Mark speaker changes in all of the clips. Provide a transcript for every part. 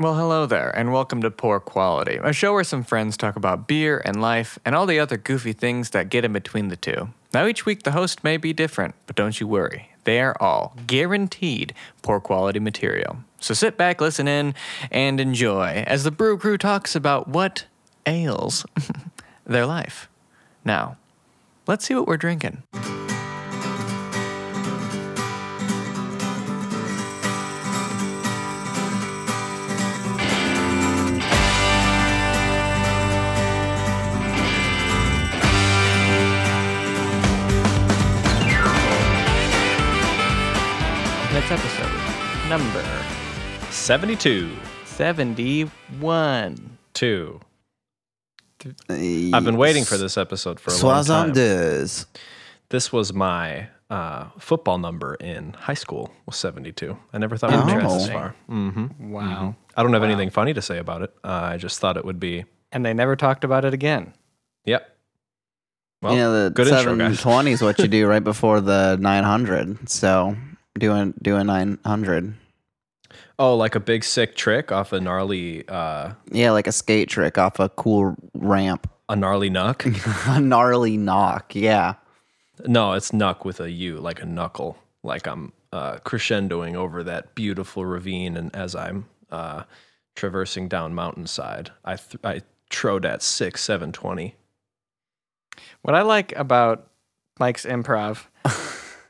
Speaker 1: Well, hello there, and welcome to Poor Quality, a show where some friends talk about beer and life and all the other goofy things that get in between the two. Now, each week the host may be different, but don't you worry. They are all guaranteed poor quality material. So sit back, listen in, and enjoy as the Brew Crew talks about what ails their life. Now, let's see what we're drinking. Next episode, number
Speaker 2: 72.
Speaker 1: 71.
Speaker 2: Two. I've been waiting for this episode for a long time.
Speaker 3: Soixante-deux.
Speaker 2: This was my uh, football number in high school was 72. I never thought
Speaker 3: Oh.
Speaker 2: we'd get this
Speaker 1: Interesting.
Speaker 2: far. Mm-hmm.
Speaker 1: Wow.
Speaker 2: I don't have anything funny to say about it. Uh, I just thought it would be,
Speaker 1: And they never talked about it again.
Speaker 2: yep. Well,
Speaker 3: you know, the
Speaker 2: good intro,
Speaker 3: seven
Speaker 2: guys.
Speaker 3: twenty is what you do right before the nine hundred. So doing doing nine hundred.
Speaker 2: Oh, like a big sick trick off a gnarly, uh,
Speaker 3: Yeah, like a skate trick off a cool ramp.
Speaker 2: a gnarly knuck.
Speaker 3: a gnarly knock. Yeah.
Speaker 2: no, it's knuck with a U, like a knuckle. Like I'm uh, crescendoing over that beautiful ravine, and as I'm uh, traversing down mountainside, I th- I trode at six seven twenty.
Speaker 1: What I like about Mike's improv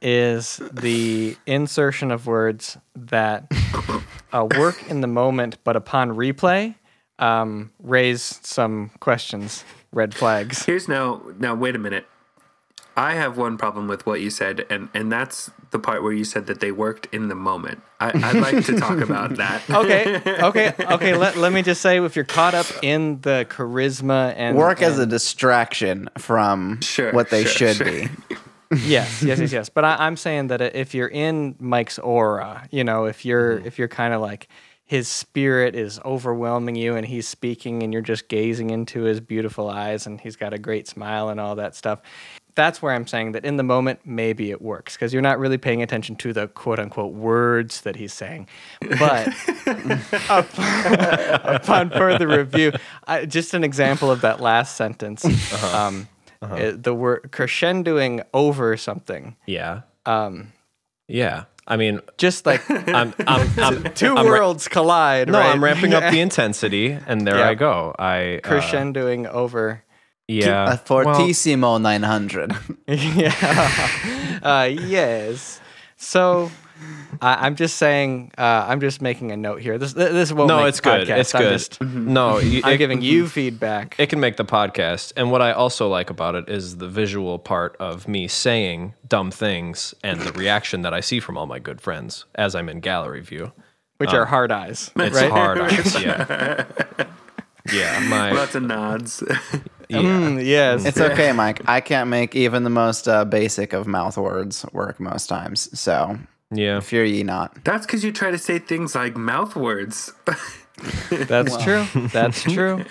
Speaker 1: is the insertion of words that uh, work in the moment, but upon replay, um, raise some questions, red flags.
Speaker 4: Here's now. Now wait a minute. I have one problem with what you said, and and that's the part where you said that they worked in the moment. I, I'd like to talk about that.
Speaker 1: Okay, okay, okay. Let, let me just say if you're caught up in the charisma and
Speaker 3: Work as a
Speaker 1: and-
Speaker 3: distraction from
Speaker 4: Sure,
Speaker 3: what they
Speaker 4: sure,
Speaker 3: should
Speaker 4: sure.
Speaker 3: be.
Speaker 1: yes, yes, yes, yes. But I, I'm saying that if you're in Mike's aura, you know, if you're if you're kind of like his spirit is overwhelming you, and he's speaking, and you're just gazing into his beautiful eyes, and he's got a great smile and all that stuff. That's where I'm saying that in the moment, maybe it works because you're not really paying attention to the quote unquote words that he's saying. But upon further review, I, just an example of that last sentence. Um, uh, the word crescendoing over something,
Speaker 2: Yeah. Um. Yeah. I mean,
Speaker 1: just like
Speaker 2: I'm I'm, I'm
Speaker 1: two
Speaker 2: I'm ra-
Speaker 1: worlds collide.
Speaker 2: no,
Speaker 1: right?
Speaker 2: I'm ramping up the intensity, and there
Speaker 1: Yeah.
Speaker 2: I go. I uh,
Speaker 1: crescendoing over.
Speaker 2: yeah.
Speaker 3: a fortissimo 900.
Speaker 1: yeah. Uh, yes. So I I'm just saying. Uh, I'm just making a note here. This this won't.
Speaker 2: Well, no,
Speaker 1: make
Speaker 2: it's
Speaker 1: the
Speaker 2: good.
Speaker 1: podcast.
Speaker 2: It's
Speaker 1: I'm
Speaker 2: good.
Speaker 1: just-
Speaker 2: No, you-
Speaker 1: I'm
Speaker 2: it-
Speaker 1: giving you feedback.
Speaker 2: it can make the podcast. And what I also like about it is the visual part of me saying dumb things and the reaction that I see from all my good friends as I'm in gallery view.
Speaker 1: which
Speaker 2: Oh.
Speaker 1: are hard eyes.
Speaker 2: It's
Speaker 1: right?
Speaker 2: hard. eyes, yeah. Yeah, my
Speaker 4: Lots of nods.
Speaker 1: Mm, yes.
Speaker 3: It's okay, Mike. I can't make even the most uh, basic of mouth words work most times. So
Speaker 2: yeah.
Speaker 3: fear ye not.
Speaker 4: that's because you try to say things like mouth words.
Speaker 1: That's true. That's true.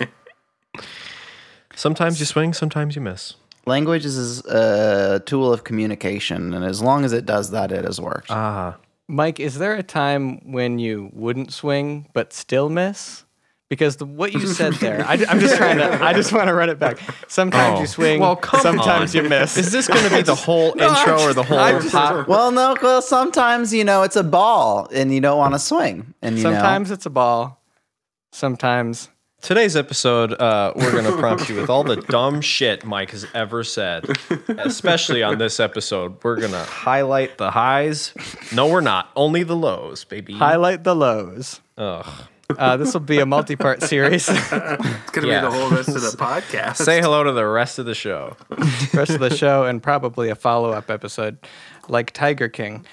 Speaker 2: Sometimes you swing, sometimes you miss.
Speaker 3: Language is a tool of communication, and as long as it does that, it has worked.
Speaker 2: Ah,
Speaker 1: Mike, is there a time when you wouldn't swing but still miss? Because the, what you said there, I, am just trying to, I just want to run it back. Sometimes
Speaker 2: Oh.
Speaker 1: you swing,
Speaker 2: Well, come
Speaker 1: sometimes
Speaker 2: on.
Speaker 1: you miss.
Speaker 2: is this going to be the whole intro or the whole pot?
Speaker 3: well, no, well, sometimes you know it's a ball, and you don't want to swing, and you
Speaker 1: sometimes it's a ball, sometimes.
Speaker 2: Today's episode, uh, we're going to prompt you with all the dumb shit Mike has ever said, especially on this episode. We're going to highlight the highs. No, we're not. Only the lows, baby.
Speaker 1: Highlight the lows.
Speaker 2: Ugh.
Speaker 1: Uh, this will be a multi part series.
Speaker 4: It's gonna
Speaker 2: Yeah.
Speaker 4: be the whole rest of the podcast.
Speaker 2: Say hello to the rest of the show.
Speaker 1: rest of the show and probably a follow up episode like Tiger King.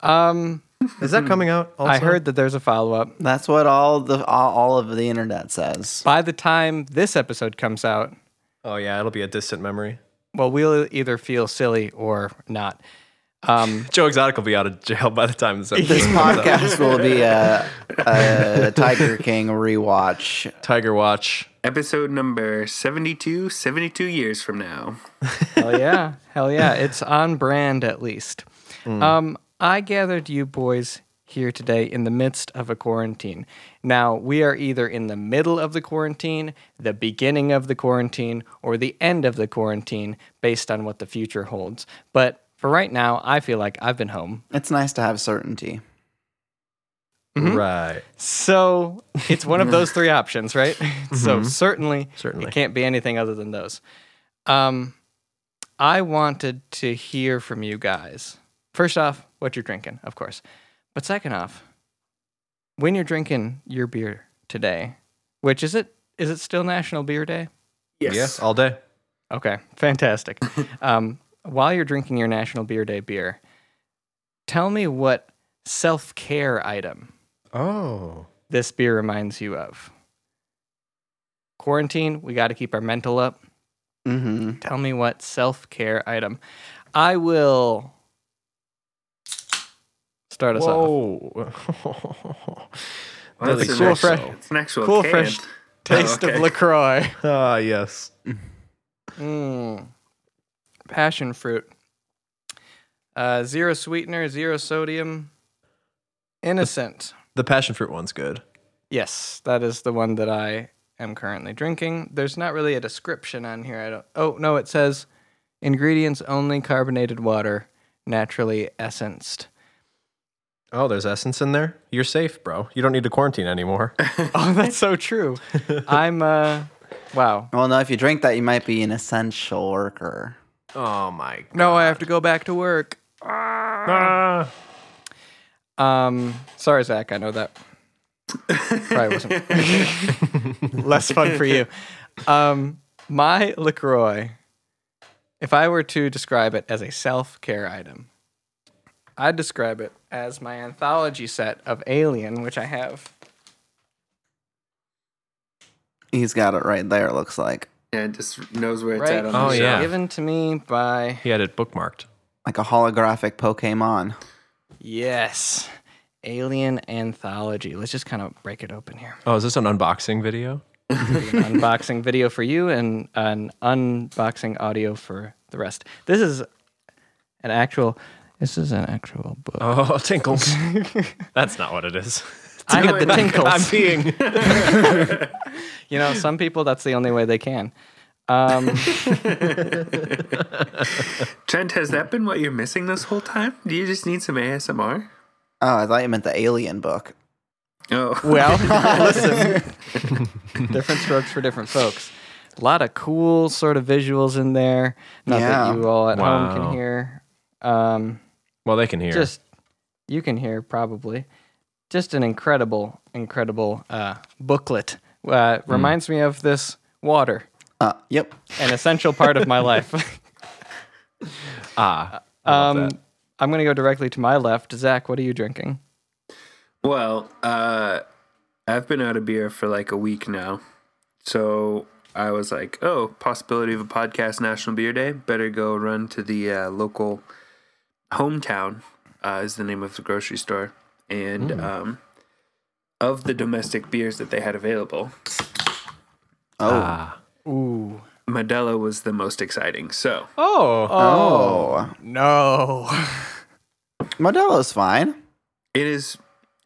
Speaker 1: Um,
Speaker 2: Is that coming out? Also?
Speaker 1: I heard that there's a follow up.
Speaker 3: know that's what all the all, all of the internet says.
Speaker 1: By the time this episode comes out,
Speaker 2: Oh yeah, it'll be a distant memory.
Speaker 1: well, we'll either feel silly or not.
Speaker 2: Joe Exotic will be out of jail by the time this
Speaker 3: This
Speaker 2: episode.
Speaker 3: podcast will be a, a Tiger King rewatch.
Speaker 2: Tiger Watch.
Speaker 4: Episode number 72, 72 years from now.
Speaker 1: Hell yeah. Hell yeah. It's on brand at least. Um, I gathered you boys here today in the midst of a quarantine. Now, we are either in the middle of the quarantine, the beginning of the quarantine, or the end of the quarantine based on what the future holds. But for right now, I feel like I've been home.
Speaker 3: It's nice to have certainty.
Speaker 2: Mm-hmm.
Speaker 1: Mm-hmm.
Speaker 2: Right.
Speaker 1: So it's one of those three options, right? So certainly,
Speaker 2: Certainly.
Speaker 1: it can't be anything other than those. Um, I wanted to hear from you guys. First off, what you're drinking, of course. But second off, when you're drinking your beer today, which is it? Is it still National Beer Day?
Speaker 4: Yes.
Speaker 2: Yes, all day.
Speaker 1: Okay, fantastic. um, while you're drinking your National Beer Day beer, tell me what self care item
Speaker 2: Oh.
Speaker 1: this beer reminds you of. Quarantine, we got to keep our mental up.
Speaker 3: Mm-hmm.
Speaker 1: Tell me what self care item. I will start us off.
Speaker 2: Whoa.
Speaker 4: Well,
Speaker 1: That's
Speaker 4: it's,
Speaker 1: a
Speaker 4: an
Speaker 1: cool
Speaker 4: actual,
Speaker 1: fresh-
Speaker 4: it's an actual
Speaker 1: cool
Speaker 4: can.
Speaker 1: fresh- Taste
Speaker 4: Oh, okay.
Speaker 1: of LaCroix.
Speaker 2: Ah, yes.
Speaker 1: Mm. Passion fruit. Uh, zero sweetener, zero sodium. Innocent.
Speaker 2: The passion fruit one's good.
Speaker 1: Yes, that is the one that I am currently drinking. There's not really a description on here. I don't. Oh no, it says ingredients only: carbonated water, naturally essenced.
Speaker 2: Oh, there's essence in there. You're safe, bro. You don't need to quarantine anymore.
Speaker 1: Oh, that's so true. I'm uh, wow.
Speaker 3: Well, now if you drink that, you might be an essential worker.
Speaker 2: oh my.
Speaker 1: No, I have to go back to work.
Speaker 2: Ah.
Speaker 1: Um, sorry, Zach. I know that probably wasn't less fun for you. Um, my Lacroix. If I were to describe it as a self care item, I'd describe it as my anthology set of Alien, which I have.
Speaker 3: He's got it right there. It looks like
Speaker 4: Yeah, it just knows where it's
Speaker 1: Right?
Speaker 4: at on
Speaker 2: Oh,
Speaker 4: the
Speaker 2: yeah.
Speaker 4: shelf.
Speaker 1: Given to me by
Speaker 2: He had it bookmarked.
Speaker 3: like a holographic Pokemon.
Speaker 1: yes, Alien anthology. Let's just kind of break it open here.
Speaker 2: Oh, is this an unboxing video?
Speaker 1: an unboxing video for you and an unboxing audio for the rest. This is an actual. This is an actual book.
Speaker 2: Oh, tinkles. That's not what it is.
Speaker 1: I had the tinkles.
Speaker 2: I'm being.
Speaker 1: you know, some people that's the only way they can. Um,
Speaker 4: Trent, has that been what you're missing this whole time? Do you just need some ASMR?
Speaker 3: Oh, I thought you meant the alien book.
Speaker 4: Oh,
Speaker 1: well, listen, different strokes for different folks. A lot of cool sort of visuals in there. Not
Speaker 3: Yeah.
Speaker 1: that you all at home
Speaker 2: Wow.
Speaker 1: can hear. Um,
Speaker 2: Well, they can hear.
Speaker 1: just you can hear probably just an incredible incredible uh, booklet uh, reminds me of this water
Speaker 3: Uh, yep.
Speaker 1: an essential part of my life
Speaker 4: uh,
Speaker 2: ah. I love
Speaker 1: um,
Speaker 2: that.
Speaker 1: i'm going to go directly to my left zach what are you drinking
Speaker 4: well, uh, I've been out of beer for like a week now. So I was like, oh, possibility of a podcast National Beer Day. Better go run to the uh, local hometown, uh, is the name of the grocery store. And um, of the domestic beers that they had available,
Speaker 3: Oh,
Speaker 2: Ah.
Speaker 1: ooh
Speaker 4: Modelo was the most exciting. So
Speaker 2: Oh.
Speaker 3: oh,
Speaker 1: no
Speaker 3: Modelo's fine.
Speaker 4: it is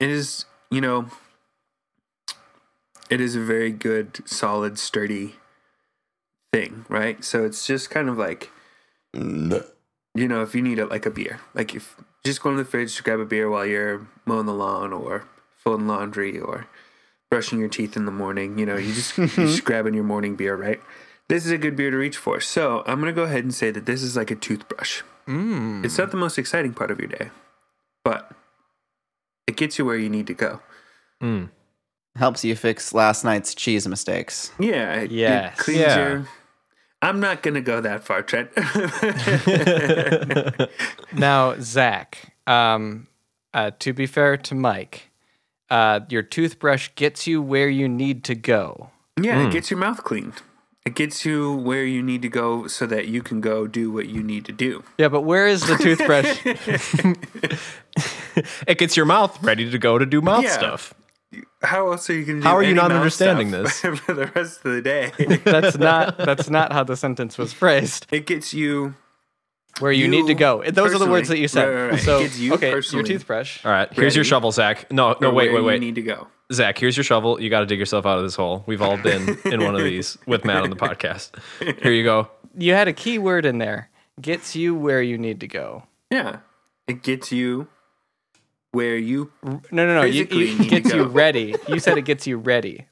Speaker 4: it is you know it is a very good solid sturdy thing right so it's just kind of like you know if you need it like a beer like if just go in the fridge to grab a beer while you're mowing the lawn or folding laundry or brushing your teeth in the morning you know you just you're just grabbing your morning beer right this is a good beer to reach for so i'm going to go ahead and say that this is like a toothbrush
Speaker 1: mm.
Speaker 4: it's not the most exciting part of your day, but it gets you where you need to go.
Speaker 2: Mm.
Speaker 3: Helps you fix last night's cheese mistakes.
Speaker 4: Yeah. It, it
Speaker 1: Yes.
Speaker 4: cleans
Speaker 2: Yeah.
Speaker 4: your. I'm not going to go that far, Trent.
Speaker 1: now zach um, uh, to be fair to mike uh, your toothbrush gets you where you need to go
Speaker 4: yeah,
Speaker 2: Hmm.
Speaker 4: it gets your mouth cleaned. It gets you where you need to go so that you can go do what you need to do.
Speaker 1: yeah but where is the toothbrush
Speaker 2: It gets your mouth ready to go to do mouth
Speaker 4: Yeah.
Speaker 2: stuff.
Speaker 4: How else are you going to do
Speaker 2: How are you
Speaker 4: any
Speaker 2: not
Speaker 4: mouth
Speaker 2: understanding
Speaker 4: stuff for the rest of the day?
Speaker 1: that's not that's not how the sentence was phrased
Speaker 4: it gets you
Speaker 1: where you, need to
Speaker 4: You
Speaker 1: go. Those are the words that
Speaker 4: personally-
Speaker 1: you said.
Speaker 4: right, right, right.
Speaker 1: So
Speaker 4: It's you
Speaker 1: okay,
Speaker 4: personally.
Speaker 1: your toothbrush.
Speaker 2: All right, here's your
Speaker 4: Ready?
Speaker 2: shovel, Zach. No, no,
Speaker 4: Or
Speaker 2: wait, wait,
Speaker 4: where you
Speaker 2: wait.
Speaker 4: need to go.
Speaker 2: Zach, here's your shovel. You got to dig yourself out of this hole. We've all been in one of these with Matt on the podcast. Here you go.
Speaker 1: You had a key word in there. Gets you where you need to go.
Speaker 4: Yeah, it gets you where you.
Speaker 1: No, no, no. You,
Speaker 4: Physically, you
Speaker 1: you
Speaker 4: need to
Speaker 1: gets you
Speaker 4: go.
Speaker 1: ready. You said it gets you ready.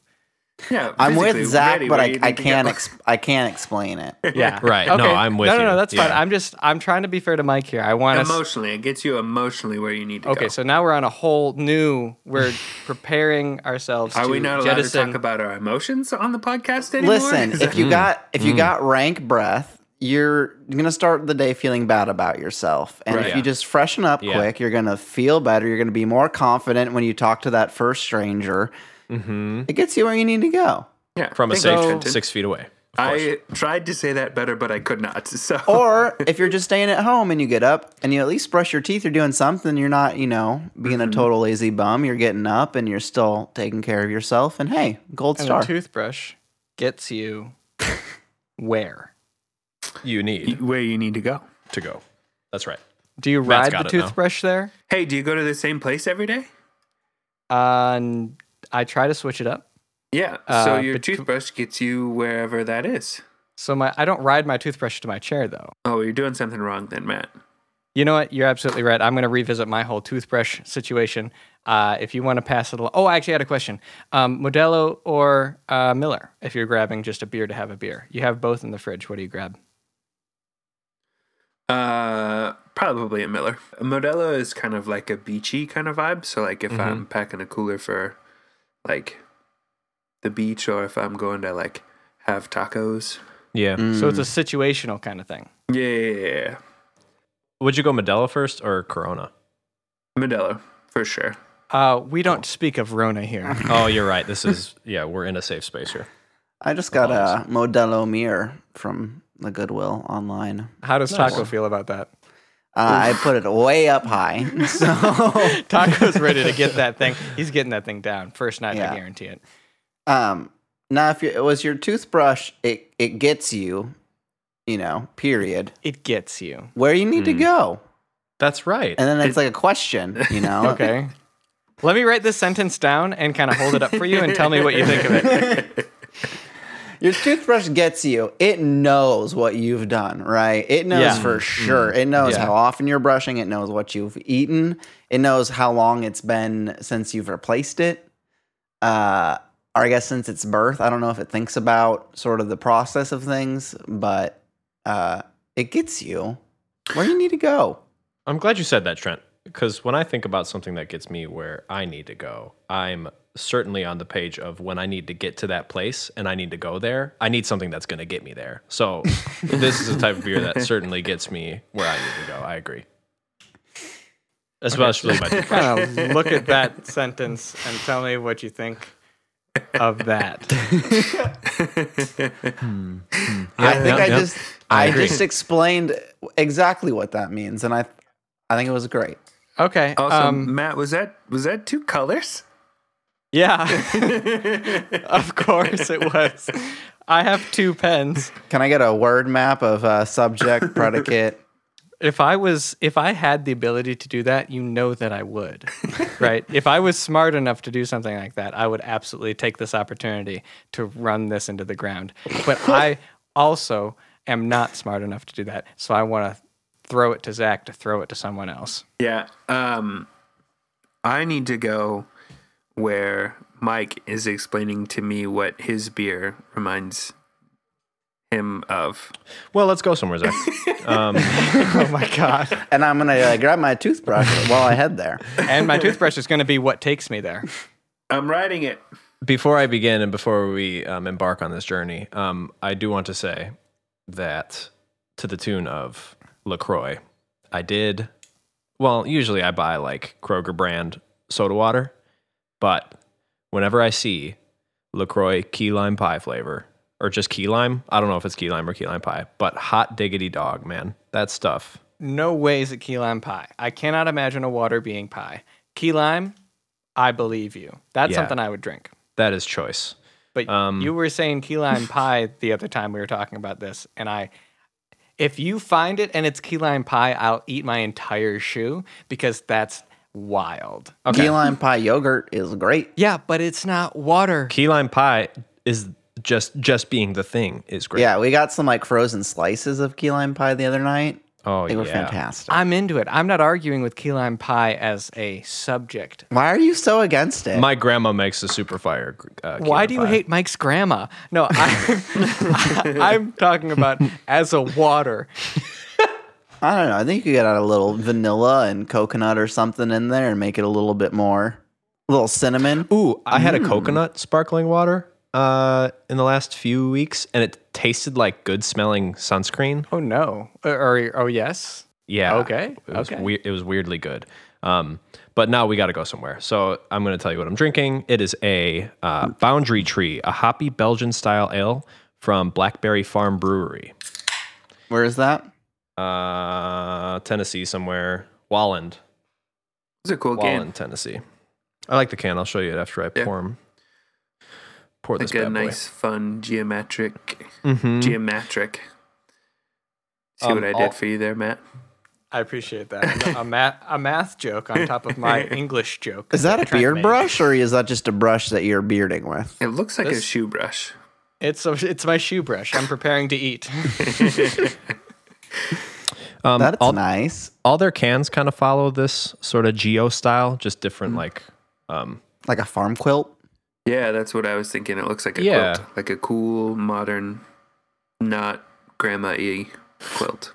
Speaker 4: Yeah,
Speaker 3: I'm
Speaker 4: physically
Speaker 3: with Zach,
Speaker 4: ready
Speaker 3: but
Speaker 4: where
Speaker 3: I,
Speaker 4: you
Speaker 3: I
Speaker 4: need to
Speaker 3: can't
Speaker 4: go.
Speaker 3: ex- I can't explain it.
Speaker 1: Yeah.
Speaker 2: Right. No, I'm with
Speaker 1: no, No,
Speaker 2: you.
Speaker 1: no, that's fine.
Speaker 2: Yeah.
Speaker 1: I'm just I'm trying to be fair to Mike here. I want to.
Speaker 4: emotionally. It gets you emotionally where you need to go.
Speaker 1: Okay, so now we're on a whole new. We're preparing ourselves.
Speaker 4: are
Speaker 1: to
Speaker 4: we not allowed
Speaker 1: jettison.
Speaker 4: to talk about our emotions on the podcast anymore?
Speaker 3: Listen, if
Speaker 2: Mm.
Speaker 3: you got if you got rank breath, you're gonna start the day feeling bad about yourself. And
Speaker 2: Right.
Speaker 3: if
Speaker 2: Yeah.
Speaker 3: you just freshen up
Speaker 2: Yeah.
Speaker 3: quick, you're gonna feel better. You're gonna be more confident when you talk to that first stranger.
Speaker 2: Mm-hmm.
Speaker 3: It gets you where you need to go.
Speaker 4: yeah,
Speaker 2: From a
Speaker 4: thank you,
Speaker 2: safe
Speaker 4: Trenton.
Speaker 2: six feet away. Of course.
Speaker 4: I tried to say that better, but I could not. So
Speaker 3: Or if you're just staying at home and you get up and you at least brush your teeth or doing something, you're not, you know, being
Speaker 1: Mm-hmm.
Speaker 3: a total lazy bum. You're getting up and you're still taking care of yourself. And hey, gold
Speaker 1: And
Speaker 3: star.
Speaker 1: a toothbrush gets you where?
Speaker 2: you need
Speaker 4: where you need to go.
Speaker 2: to go. That's right.
Speaker 1: Do you
Speaker 2: Matt's
Speaker 1: ride
Speaker 2: got
Speaker 1: the
Speaker 2: it now.
Speaker 1: toothbrush there?
Speaker 4: Hey, do you go to the same place every day?
Speaker 1: Uh, n- I try to switch it up.
Speaker 4: Yeah. so
Speaker 1: Uh,
Speaker 4: your
Speaker 1: bet-
Speaker 4: toothbrush gets you wherever that is.
Speaker 1: So my I don't ride my toothbrush to my chair though.
Speaker 4: Oh, you're doing something wrong then, Matt.
Speaker 1: You know what? You're absolutely right. I'm going to revisit my whole toothbrush situation. Uh, if you want to pass it along. Oh, I actually had a question. Um, Modelo or uh, Miller, if you're grabbing just a beer to have a beer. You have both in the fridge. What do you grab?
Speaker 4: Uh, probably a Miller. A Modelo is kind of like a beachy kind of vibe. So like if I'm packing a cooler for like the beach, or if I'm going to like have tacos.
Speaker 2: Yeah.
Speaker 3: Mm.
Speaker 1: So it's a situational kind of thing.
Speaker 4: Yeah, yeah, yeah, yeah.
Speaker 2: Would you go Modelo first or Corona?
Speaker 4: Modelo for sure.
Speaker 1: Uh, we don't speak of Rona here.
Speaker 2: Oh, you're right. This is yeah. We're in a safe space here.
Speaker 3: I just got a Modelo mirror from the Goodwill online.
Speaker 1: How does Taco feel about that?
Speaker 3: Uh, I put it way up high. So,
Speaker 1: Taco's ready to get that thing. He's getting that thing down. First night,
Speaker 3: Yeah.
Speaker 1: I guarantee it.
Speaker 3: um, now if you, it was your toothbrush, it it gets you, you know, period,
Speaker 1: It gets you.
Speaker 3: where you
Speaker 1: Mm.
Speaker 3: need to go,
Speaker 2: That's right.
Speaker 3: and then it's like a question, you know.
Speaker 1: Okay. Let me write this sentence down and kind of hold it up for you and tell me what you think of it.
Speaker 3: Your toothbrush gets you. It knows what you've done, right? It knows
Speaker 1: Yeah.
Speaker 2: Mm.
Speaker 3: for sure. It knows
Speaker 1: Yeah.
Speaker 3: how often you're brushing. It knows what you've eaten. It knows how long it's been since you've replaced it. Uh, or I guess since its birth. I don't know if it thinks about sort of the process of things, but uh, it gets you where you need to go.
Speaker 2: I'm glad you said that, Trent, because when I think about something that gets me where I need to go, I'm certainly on the page of when I need to get to that place and I need to go there, I need something that's going to get me there. So this is the type of beer that certainly gets me where I need to go. I agree. Especially my toothbrush.
Speaker 1: kind of look at that sentence and tell me what you think of that.
Speaker 3: I think
Speaker 2: yeah,
Speaker 3: I
Speaker 2: yeah.
Speaker 3: just I, just explained exactly what that means, and I I think it was great.
Speaker 1: Okay.
Speaker 4: Also,
Speaker 1: Um,
Speaker 4: Matt, was that was that two colors?
Speaker 1: yeah. of course it was. I have two pens.
Speaker 3: Can I get a word map of uh, subject, predicate?
Speaker 1: If I was if I had the ability to do that, you know that I would. right? If I was smart enough to do something like that, I would absolutely take this opportunity to run this into the ground. But I also am not smart enough to do that. So I want to throw it to Zach to throw it to someone else.
Speaker 4: Yeah. Um, I need to go where Mike is explaining to me what his beer reminds him of.
Speaker 2: Well, let's go somewhere, Zach. Um,
Speaker 1: Oh my god.
Speaker 3: and I'm gonna uh, grab my toothbrush while I head there.
Speaker 1: and my toothbrush is going to be what takes me there.
Speaker 4: I'm writing it.
Speaker 2: before I begin and before we um, embark on this journey, um, I do want to say that to the tune of LaCroix, I did. Well, usually I buy like Kroger brand soda water, but whenever I see LaCroix key lime pie flavor or just key lime, I don't know if it's key lime or key lime pie, but hot diggity dog, man, that stuff.
Speaker 1: No way is it key lime pie. I cannot imagine a water being pie. Key lime, I believe you. That's
Speaker 2: Yeah.
Speaker 1: something I would drink.
Speaker 2: That is choice.
Speaker 1: But
Speaker 2: Um,
Speaker 1: you were saying key lime pie the other time we were talking about this, and I, If you find it and it's key lime pie, I'll eat my entire shoe because that's wild.
Speaker 3: Key lime pie yogurt is great.
Speaker 1: Yeah, but it's not water.
Speaker 2: Key lime pie is just just being the thing is great.
Speaker 3: Yeah, we got some like frozen slices of key lime pie the other night.
Speaker 2: Oh
Speaker 3: They
Speaker 2: yeah.
Speaker 3: were fantastic.
Speaker 1: I'm into it. I'm not arguing with key lime pie as a subject.
Speaker 3: Why are you so against it?
Speaker 2: My grandma makes a super fire. Uh, key
Speaker 1: Why
Speaker 2: lime
Speaker 1: do you
Speaker 2: pie.
Speaker 1: hate Mike's grandma? No, I'm, I'm talking about as a water.
Speaker 3: I don't know. I think you could get a little vanilla and coconut or something in there and make it a little bit more, a little cinnamon.
Speaker 2: Ooh, I had a
Speaker 1: Mm.
Speaker 2: coconut sparkling water uh, in the last few weeks, and it tasted like good smelling sunscreen.
Speaker 1: Oh no. Or, or oh yes.
Speaker 2: Yeah.
Speaker 1: Okay,
Speaker 2: It was,
Speaker 1: okay.
Speaker 2: wei- it was weirdly good. Um, but now we got to go somewhere. So I'm going to tell you what I'm drinking. It is a uh, Boundary Tree, a hoppy Belgian style ale from Blackberry Farm Brewery,
Speaker 3: Where is that?
Speaker 2: uh, Tennessee, somewhere. Walland.
Speaker 4: It's a cool
Speaker 2: Walland,
Speaker 4: game.
Speaker 2: Tennessee. I like the can. I'll show you it after I
Speaker 4: Yeah.
Speaker 2: pour 'em- Pour this
Speaker 4: Like a
Speaker 2: bad boy.
Speaker 4: nice, fun, geometric,
Speaker 2: Mhm.
Speaker 4: geometric. See
Speaker 2: Um,
Speaker 4: what I did
Speaker 2: all-
Speaker 4: for you there, Matt?
Speaker 1: I appreciate that. A math a math joke on top of my English joke.
Speaker 3: Is that a
Speaker 1: Trent
Speaker 3: beard
Speaker 1: made.
Speaker 3: brush or is that just a brush that you're bearding with?
Speaker 4: It looks like a
Speaker 2: This-
Speaker 4: shoe brush.
Speaker 1: It's a, it's my shoe brush. I'm preparing to eat.
Speaker 2: Um,
Speaker 3: That's
Speaker 2: all-
Speaker 3: nice.
Speaker 2: all their cans kind of follow this sort of geo style, just
Speaker 4: Mm.
Speaker 2: different like um
Speaker 3: Like a farm quilt.
Speaker 4: Yeah, that's what I was thinking. It looks like a
Speaker 2: Yeah.
Speaker 4: quilt, like a cool, modern, not grandma y quilt.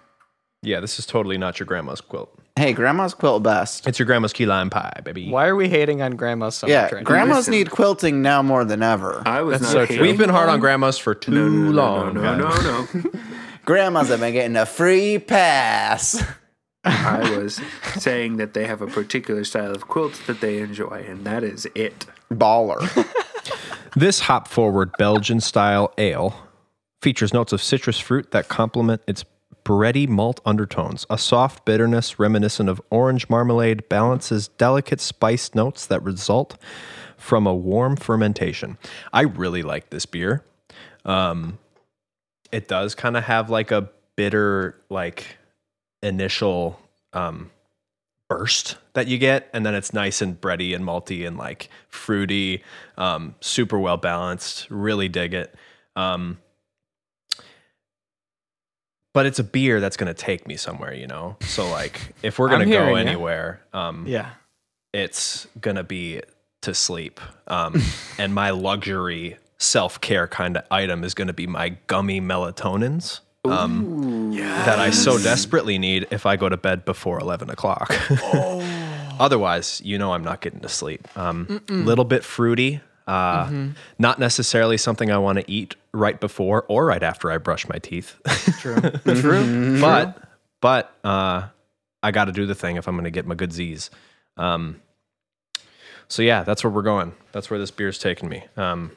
Speaker 2: yeah, this is totally not your grandma's quilt.
Speaker 3: Hey, grandma's quilt best.
Speaker 2: It's your grandma's key lime pie, baby.
Speaker 1: Why are we hating on grandma so much?
Speaker 3: Yeah,
Speaker 1: right
Speaker 3: grandmas
Speaker 4: Listen.
Speaker 3: need quilting now more than ever.
Speaker 4: I was
Speaker 2: That's
Speaker 4: not
Speaker 2: so true.
Speaker 4: hating.
Speaker 2: We've been hard on grandmas for too
Speaker 4: no, no, no,
Speaker 2: long.
Speaker 4: No, no,
Speaker 2: guys.
Speaker 4: no, no.
Speaker 3: Grandmas have been getting a free pass.
Speaker 4: I was saying that they have a particular style of quilt that they enjoy, and that is it.
Speaker 3: Baller.
Speaker 2: This hop forward Belgian style ale features notes of citrus fruit that complement its bready malt undertones. A soft bitterness reminiscent of orange marmalade balances delicate spice notes that result from a warm fermentation. I really like this beer. Um, it does kind of have like a bitter, like initial um, burst that you get and then it's nice and bready and malty and like fruity um, super well balanced really dig it um, but it's a beer that's going to take me somewhere you know so like if we're
Speaker 1: I'm
Speaker 2: going to go
Speaker 1: hearing ya.
Speaker 2: anywhere um,
Speaker 1: now? Yeah.
Speaker 2: it's gonna be to sleep. Um, and my luxury self care kind of item is gonna be my gummy melatonins. Um, That I so desperately need if I go to bed before 11 o'clock.
Speaker 1: Oh.
Speaker 2: Otherwise, you know, I'm not getting to sleep. A um, little bit fruity, uh,
Speaker 1: Mm-hmm.
Speaker 2: not necessarily something I want to eat right before or right after I brush my teeth.
Speaker 1: True.
Speaker 2: but but uh, I got to do the thing if I'm going to get my good Z's. Um, so yeah, that's where we're going. That's where this beer's taking me. Um,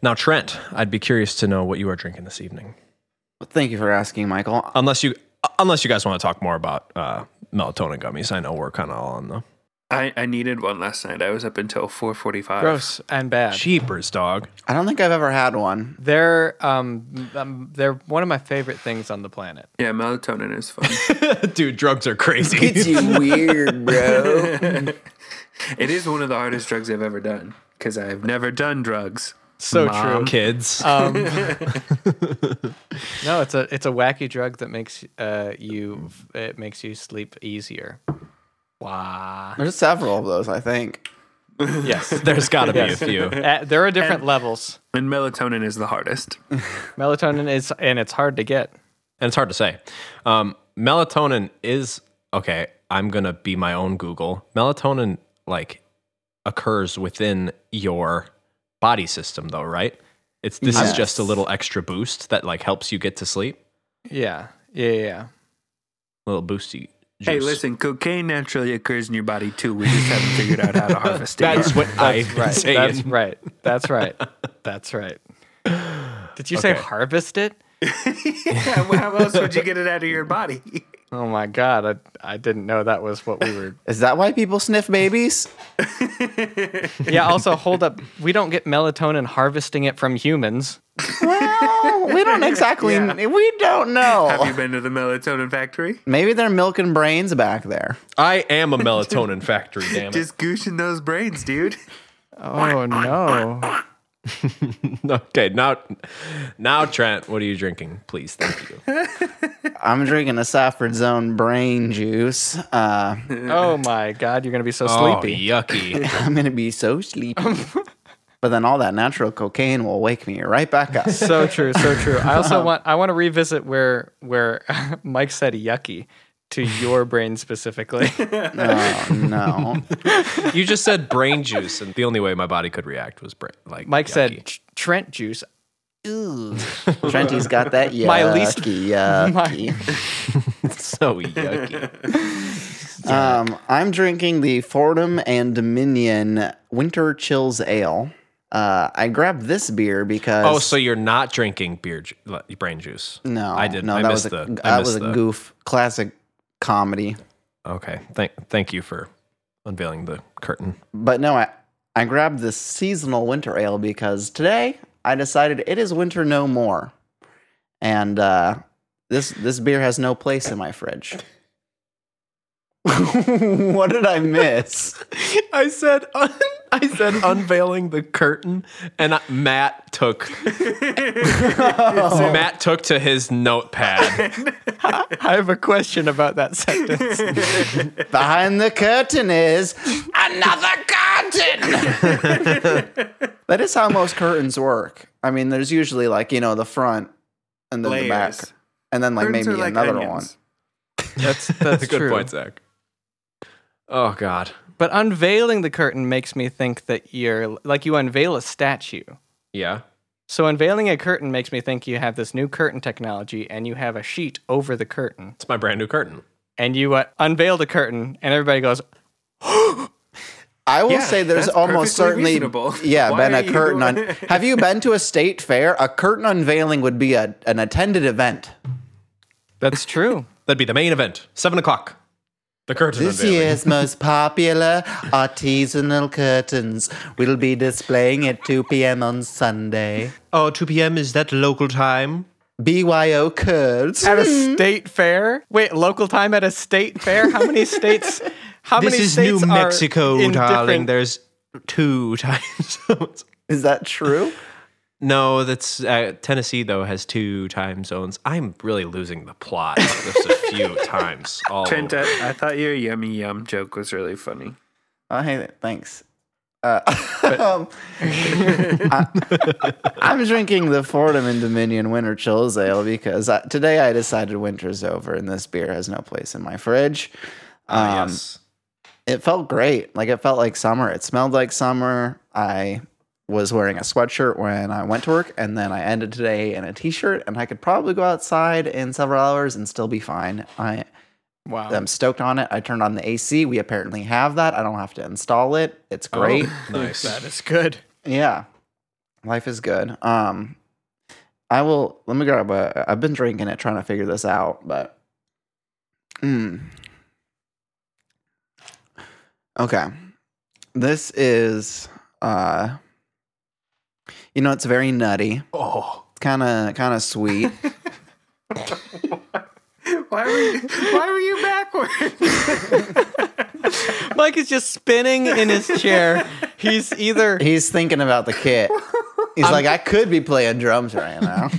Speaker 2: now, Trent, I'd be curious to know what you are drinking this evening,
Speaker 3: Thank you for asking, Michael.
Speaker 2: unless you unless you guys want to talk more about uh, melatonin gummies. I know we're kind of all on the
Speaker 4: I, I needed one last night. I was up until 4:45.
Speaker 1: Gross and bad.
Speaker 2: cheapers, dog.
Speaker 3: I don't think I've ever had one.
Speaker 1: They're um, um they're one of my favorite things on the planet.
Speaker 4: Yeah, melatonin is fun.
Speaker 2: Dude, drugs are crazy.
Speaker 3: It's you weird, bro.
Speaker 4: it is one of the hardest drugs I've ever done because I've never done drugs.
Speaker 1: So true.
Speaker 2: Kids,
Speaker 1: Um, no, it's a it's a wacky drug that makes uh you it makes you sleep easier. Wow.
Speaker 3: There's several of those, I think.
Speaker 1: Yes.
Speaker 2: there's got to be a
Speaker 1: Yes.
Speaker 2: few.
Speaker 1: Uh, there are different levels.
Speaker 4: And melatonin is the hardest.
Speaker 1: Melatonin is and it's hard to get.
Speaker 2: and it's hard to say. Um, melatonin is okay. I'm gonna be my own Google. Melatonin like occurs within your body system, though, right? It's this is just a
Speaker 3: Yes.
Speaker 2: little extra boost that like helps you get to sleep.
Speaker 1: Yeah. Yeah. yeah, Yeah.
Speaker 2: little boosty. Juice.
Speaker 4: Hey, listen, cocaine naturally occurs in your body too. We just haven't figured out how to harvest it.
Speaker 2: That's
Speaker 4: yet.
Speaker 2: what I've been
Speaker 1: Right.
Speaker 2: saying.
Speaker 1: That's right. That's right. That's right. Did you say harvest it?
Speaker 4: yeah, well, how else would you get it out of your body?
Speaker 1: Oh my god, I I didn't know that was what we were.
Speaker 3: Is that why people sniff babies?
Speaker 1: yeah. Also, hold up. We don't get melatonin harvesting it from humans.
Speaker 3: well, Oh, we don't exactly. We don't
Speaker 4: Have
Speaker 3: know.
Speaker 4: you been to the melatonin factory?
Speaker 3: Maybe they're milking brains back there.
Speaker 2: I am a melatonin factory, damn it.
Speaker 4: Just gooshing those brains, dude.
Speaker 1: Oh no.
Speaker 2: okay, now, now Trent, what are you drinking? Please, thank you.
Speaker 3: I'm drinking a Safford Zone brain juice. Uh,
Speaker 1: Oh my god, you're gonna be so
Speaker 2: Oh,
Speaker 1: sleepy.
Speaker 2: yucky.
Speaker 3: I'm gonna be so sleepy. but then all that natural cocaine will wake me right back up.
Speaker 1: So true, so true. I also want I want to revisit where where Mike said yucky to your brain specifically.
Speaker 3: oh no!
Speaker 2: You just said brain juice, and the only way my body could react was brain. Like
Speaker 1: Mike
Speaker 2: yucky.
Speaker 1: said "Tr- Trent juice.
Speaker 3: Trenty's got that yucky,
Speaker 1: My least-
Speaker 3: yucky.
Speaker 2: so yucky.
Speaker 3: Um, I'm drinking the Fordham and Dominion Winter Chills Ale. Uh, I grabbed this beer because
Speaker 2: Oh, so you're not drinking beer ju- like, brain juice?
Speaker 3: no,
Speaker 2: I didn't.
Speaker 3: No,
Speaker 2: I
Speaker 3: that
Speaker 2: missed
Speaker 3: was a,
Speaker 2: the. I
Speaker 3: that was
Speaker 2: missed
Speaker 3: a
Speaker 2: the.
Speaker 3: goof classic comedy.
Speaker 2: Okay, thank thank you for unveiling the curtain.
Speaker 3: But no, I I grabbed this seasonal winter ale because today I decided it is winter no more, and uh, this this beer has no place in my fridge. what did I miss?
Speaker 2: I said I said unveiling the curtain, and Matt took Matt took to his notepad.
Speaker 1: I have a question about that sentence.
Speaker 3: Behind the curtain is another curtain. that is how most curtains work. I mean, there's usually like you know the front and then the back,
Speaker 4: Layers.
Speaker 3: and then like
Speaker 4: Curtains
Speaker 3: maybe
Speaker 4: are like
Speaker 3: another one.
Speaker 4: onions.
Speaker 1: That's that's
Speaker 2: Good
Speaker 1: true.
Speaker 2: point, Zach. Oh God.
Speaker 1: But unveiling the curtain makes me think that you're like you unveil a statue.
Speaker 2: Yeah.
Speaker 1: So unveiling a curtain makes me think you have this new curtain technology and you have a sheet over the curtain
Speaker 2: It's my brand new curtain.
Speaker 1: and you uh, unveil the curtain and everybody goes,
Speaker 3: I will
Speaker 4: Yeah,
Speaker 3: say there's
Speaker 4: that's
Speaker 3: almost
Speaker 4: perfectly
Speaker 3: certainly
Speaker 4: reasonable.
Speaker 3: yeah
Speaker 4: Why
Speaker 3: been
Speaker 4: are
Speaker 3: a
Speaker 4: you-
Speaker 3: curtain on. Have you been to a state fair? A curtain unveiling would be a, an attended event.
Speaker 1: "That's true."
Speaker 2: That'd be the main event. Seven o'clock. The curtain
Speaker 3: This
Speaker 2: unveiling.
Speaker 3: year's most popular artisanal curtains will be displaying at 2 p.m. on Sunday.
Speaker 2: Oh, 2 p.m. is that local time?
Speaker 3: BYO curds.
Speaker 1: at a state fair. Wait, local time at a state fair? How many states? How many states are in different-
Speaker 2: There's two time zones.
Speaker 3: Is that true?
Speaker 2: No, that's uh, Tennessee though has two time zones. I'm really losing the plot of this a few times. All
Speaker 4: Trent, uh,
Speaker 2: over.
Speaker 4: I, I thought your yummy yum joke was really funny.
Speaker 3: I hate it. Oh, Thanks. Uh, um, I, am drinking the Fordham and Dominion Winter Chills Ale because I, today I decided winter's over and this beer has no place in my fridge.
Speaker 2: Ah,
Speaker 3: Um,
Speaker 2: yes.
Speaker 3: It felt great. Like it felt like summer. It smelled like summer. I was wearing a sweatshirt when I went to work and then I ended today in a t shirt and I could probably go outside in several hours and still be fine. I
Speaker 1: Wow.
Speaker 3: I'm stoked on it. I turned on the AC. We apparently have that. I don't have to install it. It's great.
Speaker 2: Um, nice.
Speaker 1: that is good.
Speaker 3: Yeah. Life is good. Um I will let me grab a I've been drinking it trying to figure this out, but mm. Okay. This is uh you know, it's very nutty.
Speaker 2: oh,
Speaker 3: It's kinda kinda sweet.
Speaker 4: Why were you, why were you backwards?
Speaker 1: Mike is just spinning in his chair. He's either
Speaker 3: He's thinking about the kit. He's like, I could be playing drums right now.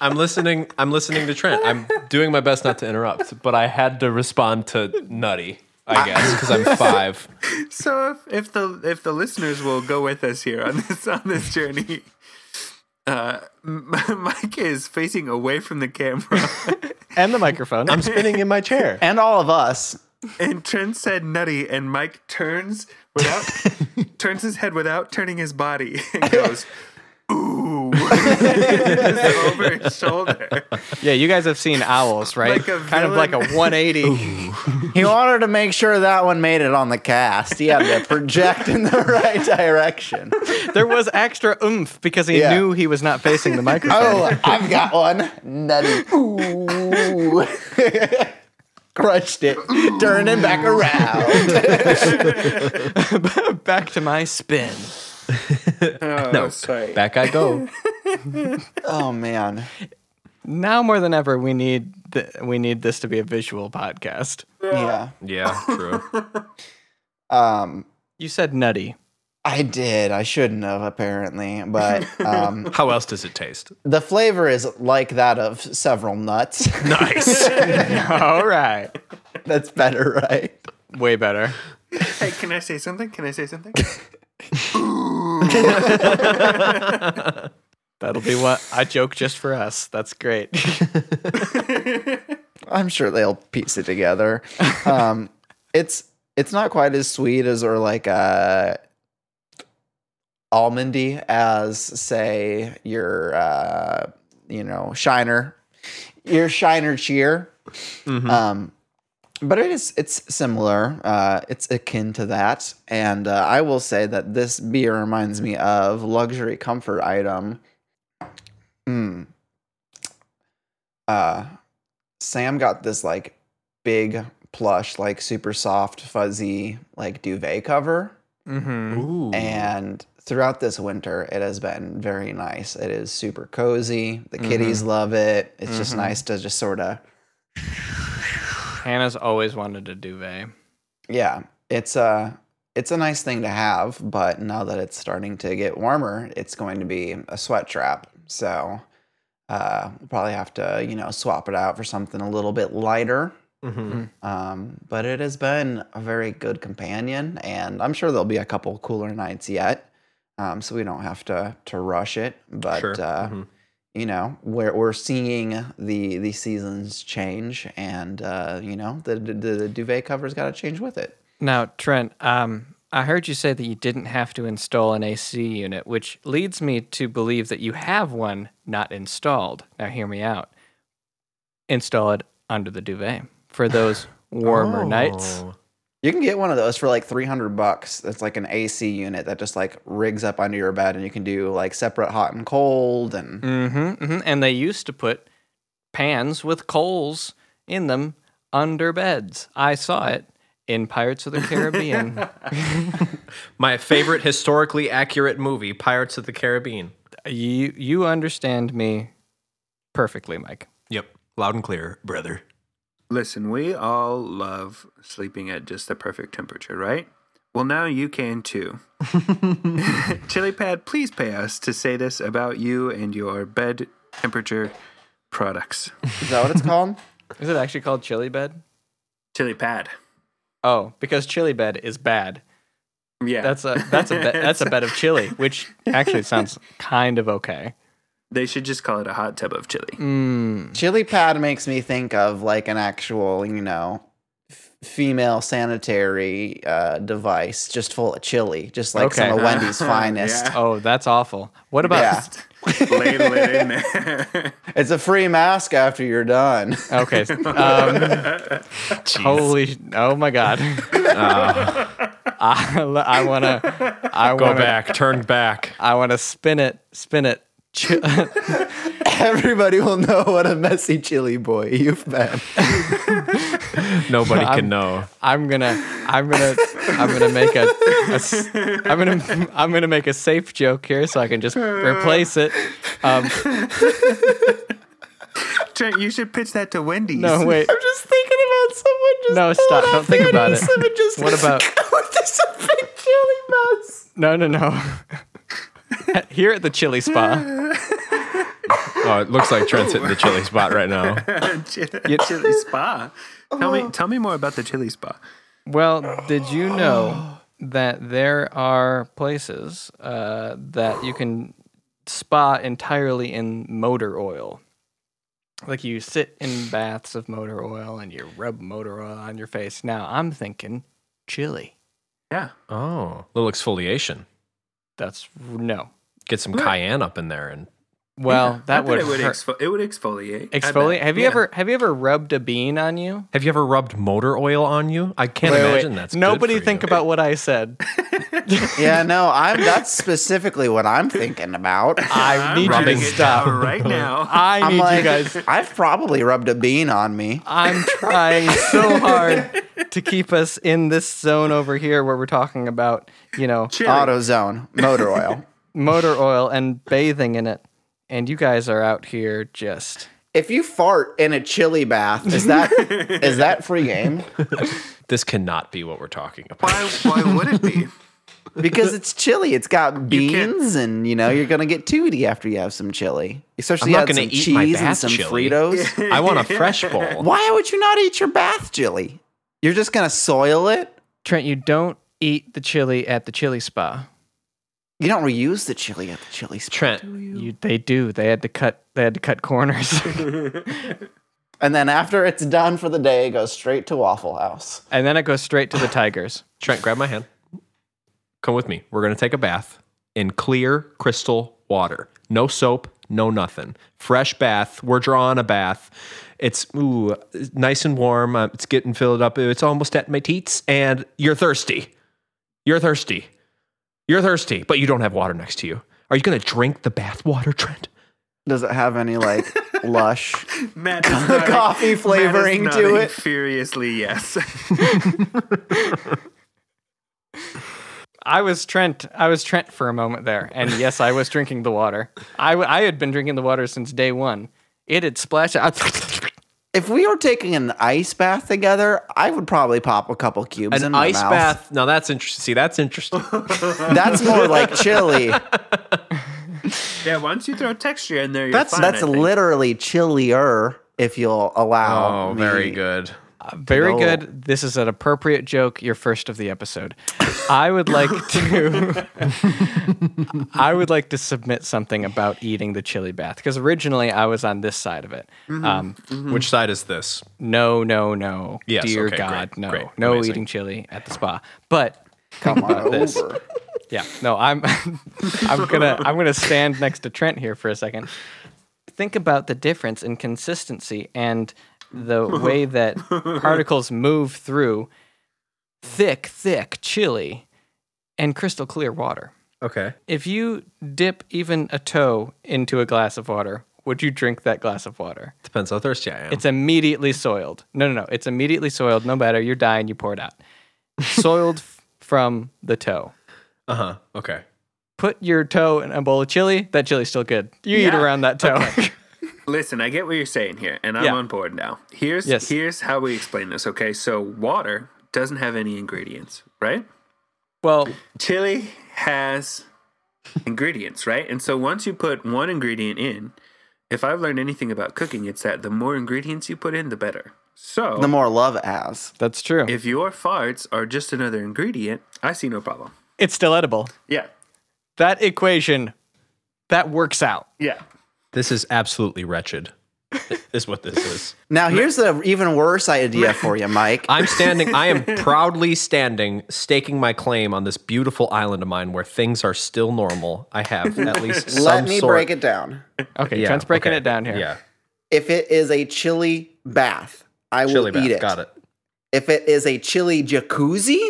Speaker 2: I'm listening. I'm listening to Trent. I'm doing my best not to interrupt, but I had to respond to Nutty. I guess because I'm five.
Speaker 4: so if, if the if the listeners will go with us here on this on this journey, uh, M- Mike is facing away from the camera,
Speaker 1: and the microphone.
Speaker 2: I'm spinning in my chair.
Speaker 3: and all of us.
Speaker 4: and Trent said "nutty," and Mike turns without turns his head without turning his body and goes. Ooh, Just over his shoulder,
Speaker 1: yeah, you guys have seen owls, right?
Speaker 4: Like a
Speaker 1: kind of like a
Speaker 4: villain.
Speaker 1: 180.
Speaker 3: He wanted to make sure that one made it on the cast. He had to project in the right direction.
Speaker 1: there was extra oomph because he
Speaker 3: Yeah.
Speaker 1: knew he was not facing the microphone.
Speaker 3: Oh, I've got one. Nutty. Ooh. crushed it, turning back around.
Speaker 1: Oh. Back to my spin.
Speaker 4: Oh,
Speaker 2: No,
Speaker 4: sorry.
Speaker 2: back I go.
Speaker 3: oh man,
Speaker 1: Now more than ever, we need th- we need this to be a visual podcast.
Speaker 3: yeah.
Speaker 2: yeah, true.
Speaker 3: Um,
Speaker 1: You said nutty.
Speaker 3: I did. I shouldn't have apparently, but um,
Speaker 2: How else does it taste?
Speaker 3: the flavor is like that of several nuts.
Speaker 2: Nice.
Speaker 1: All right,
Speaker 3: That's better, right?
Speaker 1: way better.
Speaker 4: Hey, can I say something? Can I say something?
Speaker 1: That'll be what I joke just for us. That's great.
Speaker 3: I'm sure they'll piece it together. Um, it's it's not quite as sweet as or like uh, almondy as say your uh, you know shiner, your shiner cheer. Um, but it is it's similar. Uh, it's akin to that, and uh, I will say that this beer reminds me of luxury comfort item. Mm. Uh, Sam got this like big plush, like super soft, fuzzy, like duvet cover.
Speaker 1: Mm-hmm.
Speaker 2: Ooh.
Speaker 3: And throughout this winter, it has been very nice. It is super cozy. The kitties love it. It's just nice to just sort of,
Speaker 1: Hannah's always wanted a duvet.
Speaker 3: yeah, it's a, it's a nice thing to have. But now that it's starting to get warmer, it's going to be a sweat trap. So uh, we'll probably have to, you know, swap it out for something a little bit lighter.
Speaker 2: hmm
Speaker 3: Um, but it has been a very good companion, and I'm sure there'll be a couple cooler nights yet. Um, so we don't have to to rush it, but
Speaker 2: Sure.
Speaker 3: uh,
Speaker 2: Mhm.
Speaker 3: you know we're we're seeing the the seasons change, and uh, you know the, the the duvet cover's got to change with it.
Speaker 1: Now, Trent, um, I heard you say that you didn't have to install an AC unit, which leads me to believe that you have one not installed. Now, hear me out. Install it under the duvet for those warmer
Speaker 2: Oh.
Speaker 1: nights.
Speaker 3: You can get one of those for like 300 bucks. That's like an AC unit that just like rigs up under your bed, and you can do like separate hot and cold, and
Speaker 1: Mm-hmm, hmm And they used to put pans with coals in them under beds. I saw it in Pirates of the Caribbean.
Speaker 2: My favorite historically accurate movie, Pirates of the Caribbean.
Speaker 1: you you understand me perfectly, Mike.
Speaker 2: Yep. Loud and clear, brother.
Speaker 4: Listen, we all love sleeping at just the perfect temperature, right? Well, now you can too. Chili Pad, please pay us to say this about you and your bed temperature products.
Speaker 3: is that what it's called?
Speaker 1: Is it actually called chili bed?
Speaker 4: Chili Pad.
Speaker 1: Oh, because chili bed is bad.
Speaker 4: Yeah.
Speaker 1: That's a that's a be, that's a bed of chili, which actually sounds kind of okay.
Speaker 4: They should just call it a hot tub of chili.
Speaker 1: Mm.
Speaker 3: Chili pad makes me think of like an actual, you know, f- female sanitary uh, device just full of chili, just like
Speaker 1: Okay.
Speaker 3: some of Wendy's finest.
Speaker 4: Yeah.
Speaker 1: Oh, that's awful. What about?
Speaker 3: Yeah.
Speaker 4: Ladle it in there.
Speaker 3: It's a free mask after you're done.
Speaker 1: Okay. Um, holy! Oh my God.
Speaker 3: Uh.
Speaker 1: I, I wanna. I
Speaker 2: Go
Speaker 1: wanna.
Speaker 2: back, turn back.
Speaker 1: I wanna spin it. Spin it. Chi-
Speaker 3: Everybody will know what a messy chili boy you've been.
Speaker 2: Nobody can know.
Speaker 1: I'm gonna. I'm gonna. I'm gonna make a. a s- I'm gonna. I'm gonna make a safe joke here, so I can just replace it. Um,
Speaker 4: Trent, you should pitch that to Wendy's.
Speaker 1: no, wait.
Speaker 3: just thinking about someone just.
Speaker 1: No, stop. Don't think about it.
Speaker 3: just
Speaker 1: What about-
Speaker 3: with this big chili mess?
Speaker 1: No, no, no. Here at the Chili Spa,
Speaker 2: Oh, it looks like Trent's hitting the chili spot right now.
Speaker 4: chili spa. Tell me, tell me more about the chili spa.
Speaker 1: well, did you know that there are places uh, that you can spa entirely in motor oil? Like you sit in baths of motor oil and you rub motor oil on your face. Now I'm thinking chili.
Speaker 4: Yeah,
Speaker 2: Oh, little exfoliation.
Speaker 1: That's no. Mm.
Speaker 2: Get some cayenne up in there and
Speaker 1: Well, that
Speaker 4: I bet
Speaker 1: would,
Speaker 4: it would
Speaker 1: hurt.
Speaker 4: exfo- it would exfoliate. I bet.
Speaker 1: exfoliate. Have you
Speaker 4: Yeah.
Speaker 1: ever have you ever rubbed a bean on you?
Speaker 2: Have you ever rubbed motor oil on you? I can't
Speaker 1: Wait, wait,
Speaker 2: imagine that's good
Speaker 1: nobody
Speaker 2: for
Speaker 1: think
Speaker 2: you.
Speaker 1: about what I said.
Speaker 3: Yeah, no, I'm that's specifically what I'm thinking about.
Speaker 1: I need you to
Speaker 4: rubbing it down
Speaker 1: stop.
Speaker 4: right now.
Speaker 1: I
Speaker 3: I'm
Speaker 1: need
Speaker 3: like,
Speaker 1: you guys.
Speaker 3: I've probably rubbed a bean on me.
Speaker 1: I'm trying so hard to keep us in this zone over here where we're talking about, you know,
Speaker 4: Cherry.
Speaker 3: AutoZone motor oil.
Speaker 1: motor oil and bathing in it. And you guys are out here just
Speaker 3: If you fart in a chili bath, is that is that free game?
Speaker 2: This cannot be what we're talking about.
Speaker 4: Why, why would it be?
Speaker 3: Because it's chili. It's got
Speaker 4: can't-
Speaker 3: beans, and you know you're gonna get tooty after you have some chili. Especially
Speaker 2: I'm
Speaker 3: if
Speaker 2: not gonna
Speaker 3: you add some
Speaker 2: eat my
Speaker 3: cheese and
Speaker 2: bath
Speaker 3: some
Speaker 2: chili.
Speaker 3: Fritos.
Speaker 2: I want a fresh bowl.
Speaker 3: Why would you not eat your bath chili? You're just gonna soil it.
Speaker 1: Trent, you don't eat the chili at the chili spa.
Speaker 3: You don't reuse the chili at the chili spot.
Speaker 2: Trent,
Speaker 1: You, they do. They had to cut they had to cut corners.
Speaker 3: And then after it's done for the day, it goes straight to Waffle House.
Speaker 1: and then it goes straight to the tigers.
Speaker 2: Trent, grab my hand. Come with me. We're gonna take a bath in clear crystal water. No soap, no nothing. Fresh bath. We're drawing a bath. It's ooh, it's nice and warm. Uh, it's getting filled up. It's almost at my teats, and you're thirsty. You're thirsty. You're thirsty, but you don't have water next to you. Are you gonna drink the bath water, Trent?
Speaker 3: Does it have any like lush?
Speaker 4: Matt is nodding-
Speaker 3: Coffee
Speaker 4: Matt is
Speaker 3: flavoring to
Speaker 4: nodding
Speaker 3: it.
Speaker 4: Furiously, yes.
Speaker 1: I was Trent. I was Trent for a moment there, and yes, I was drinking the water. I, w- I had been drinking the water since day one. It had splashed out.
Speaker 3: If we were taking an ice bath together, I would probably pop a couple cubes
Speaker 2: An
Speaker 3: in my
Speaker 2: ice
Speaker 3: mouth.
Speaker 2: bath. Now that's interesting. See, that's oh, interesting.
Speaker 3: That's more like chili.
Speaker 4: yeah, once you throw texture in there, you're
Speaker 3: That's
Speaker 4: fine, I
Speaker 3: that's
Speaker 4: think.
Speaker 3: literally chillier, if you'll allow.
Speaker 2: oh,
Speaker 3: me.
Speaker 2: very good.
Speaker 1: Very
Speaker 3: No.
Speaker 1: good. This is an appropriate joke. Your first of the episode. I would like to. I would like to submit something about eating the chili bath because originally I was on this side of it.
Speaker 2: Mm-hmm.
Speaker 1: Um,
Speaker 3: Mm-hmm.
Speaker 2: Which side is this?
Speaker 1: no, no, no.
Speaker 2: Yes,
Speaker 1: Dear
Speaker 2: okay,
Speaker 1: God,
Speaker 2: great,
Speaker 1: no,
Speaker 2: great,
Speaker 1: no
Speaker 2: amazing.
Speaker 1: eating chili at the spa. But
Speaker 3: Come on
Speaker 1: this.
Speaker 3: over.
Speaker 1: Yeah. No, I'm I'm gonna I'm gonna stand next to Trent here for a second. Think about the difference in consistency and the way that particles move through thick, thick chili and crystal clear water.
Speaker 2: Okay.
Speaker 1: If you dip even a toe into a glass of water, would you drink that glass of water?
Speaker 2: Depends how thirsty I am.
Speaker 1: It's immediately soiled. No, no, no. It's immediately soiled. No matter. You're dying. You pour it out. Soiled f- from the toe
Speaker 2: uh huh. Okay.
Speaker 1: put your toe in a bowl of chili, that chili's still good. You eat
Speaker 4: Yeah.
Speaker 1: around that toe.
Speaker 4: Listen, I get what you're saying here, and I'm
Speaker 1: Yeah.
Speaker 4: on board now. Here's
Speaker 1: Yes.
Speaker 4: here's how we explain this. Okay, so water doesn't have any ingredients, right?
Speaker 1: well,
Speaker 4: Chili has ingredients, right? And so once you put one ingredient in, if I've learned anything about cooking, it's that the more ingredients you put in, the better. So
Speaker 3: The more love it has.
Speaker 1: that's true.
Speaker 4: if your farts are just another ingredient, I see no problem.
Speaker 1: it's still edible.
Speaker 4: Yeah,
Speaker 1: That equation, that works out.
Speaker 4: yeah.
Speaker 2: This is absolutely wretched. Is what this is.
Speaker 3: Now here's the even worse idea for you, Mike.
Speaker 2: I'm standing. I am proudly standing, staking my claim on this beautiful island of mine where things are still normal. I have at least some
Speaker 3: Let me
Speaker 2: sort-
Speaker 3: break it down.
Speaker 1: Okay,
Speaker 2: Yeah,
Speaker 1: Trent's breaking
Speaker 2: okay.
Speaker 1: it down here.
Speaker 2: Yeah,
Speaker 3: If it is a chili bath, I
Speaker 2: chili
Speaker 3: will eat
Speaker 2: bath.
Speaker 3: it.
Speaker 2: Got it.
Speaker 3: If it is a chili jacuzzi,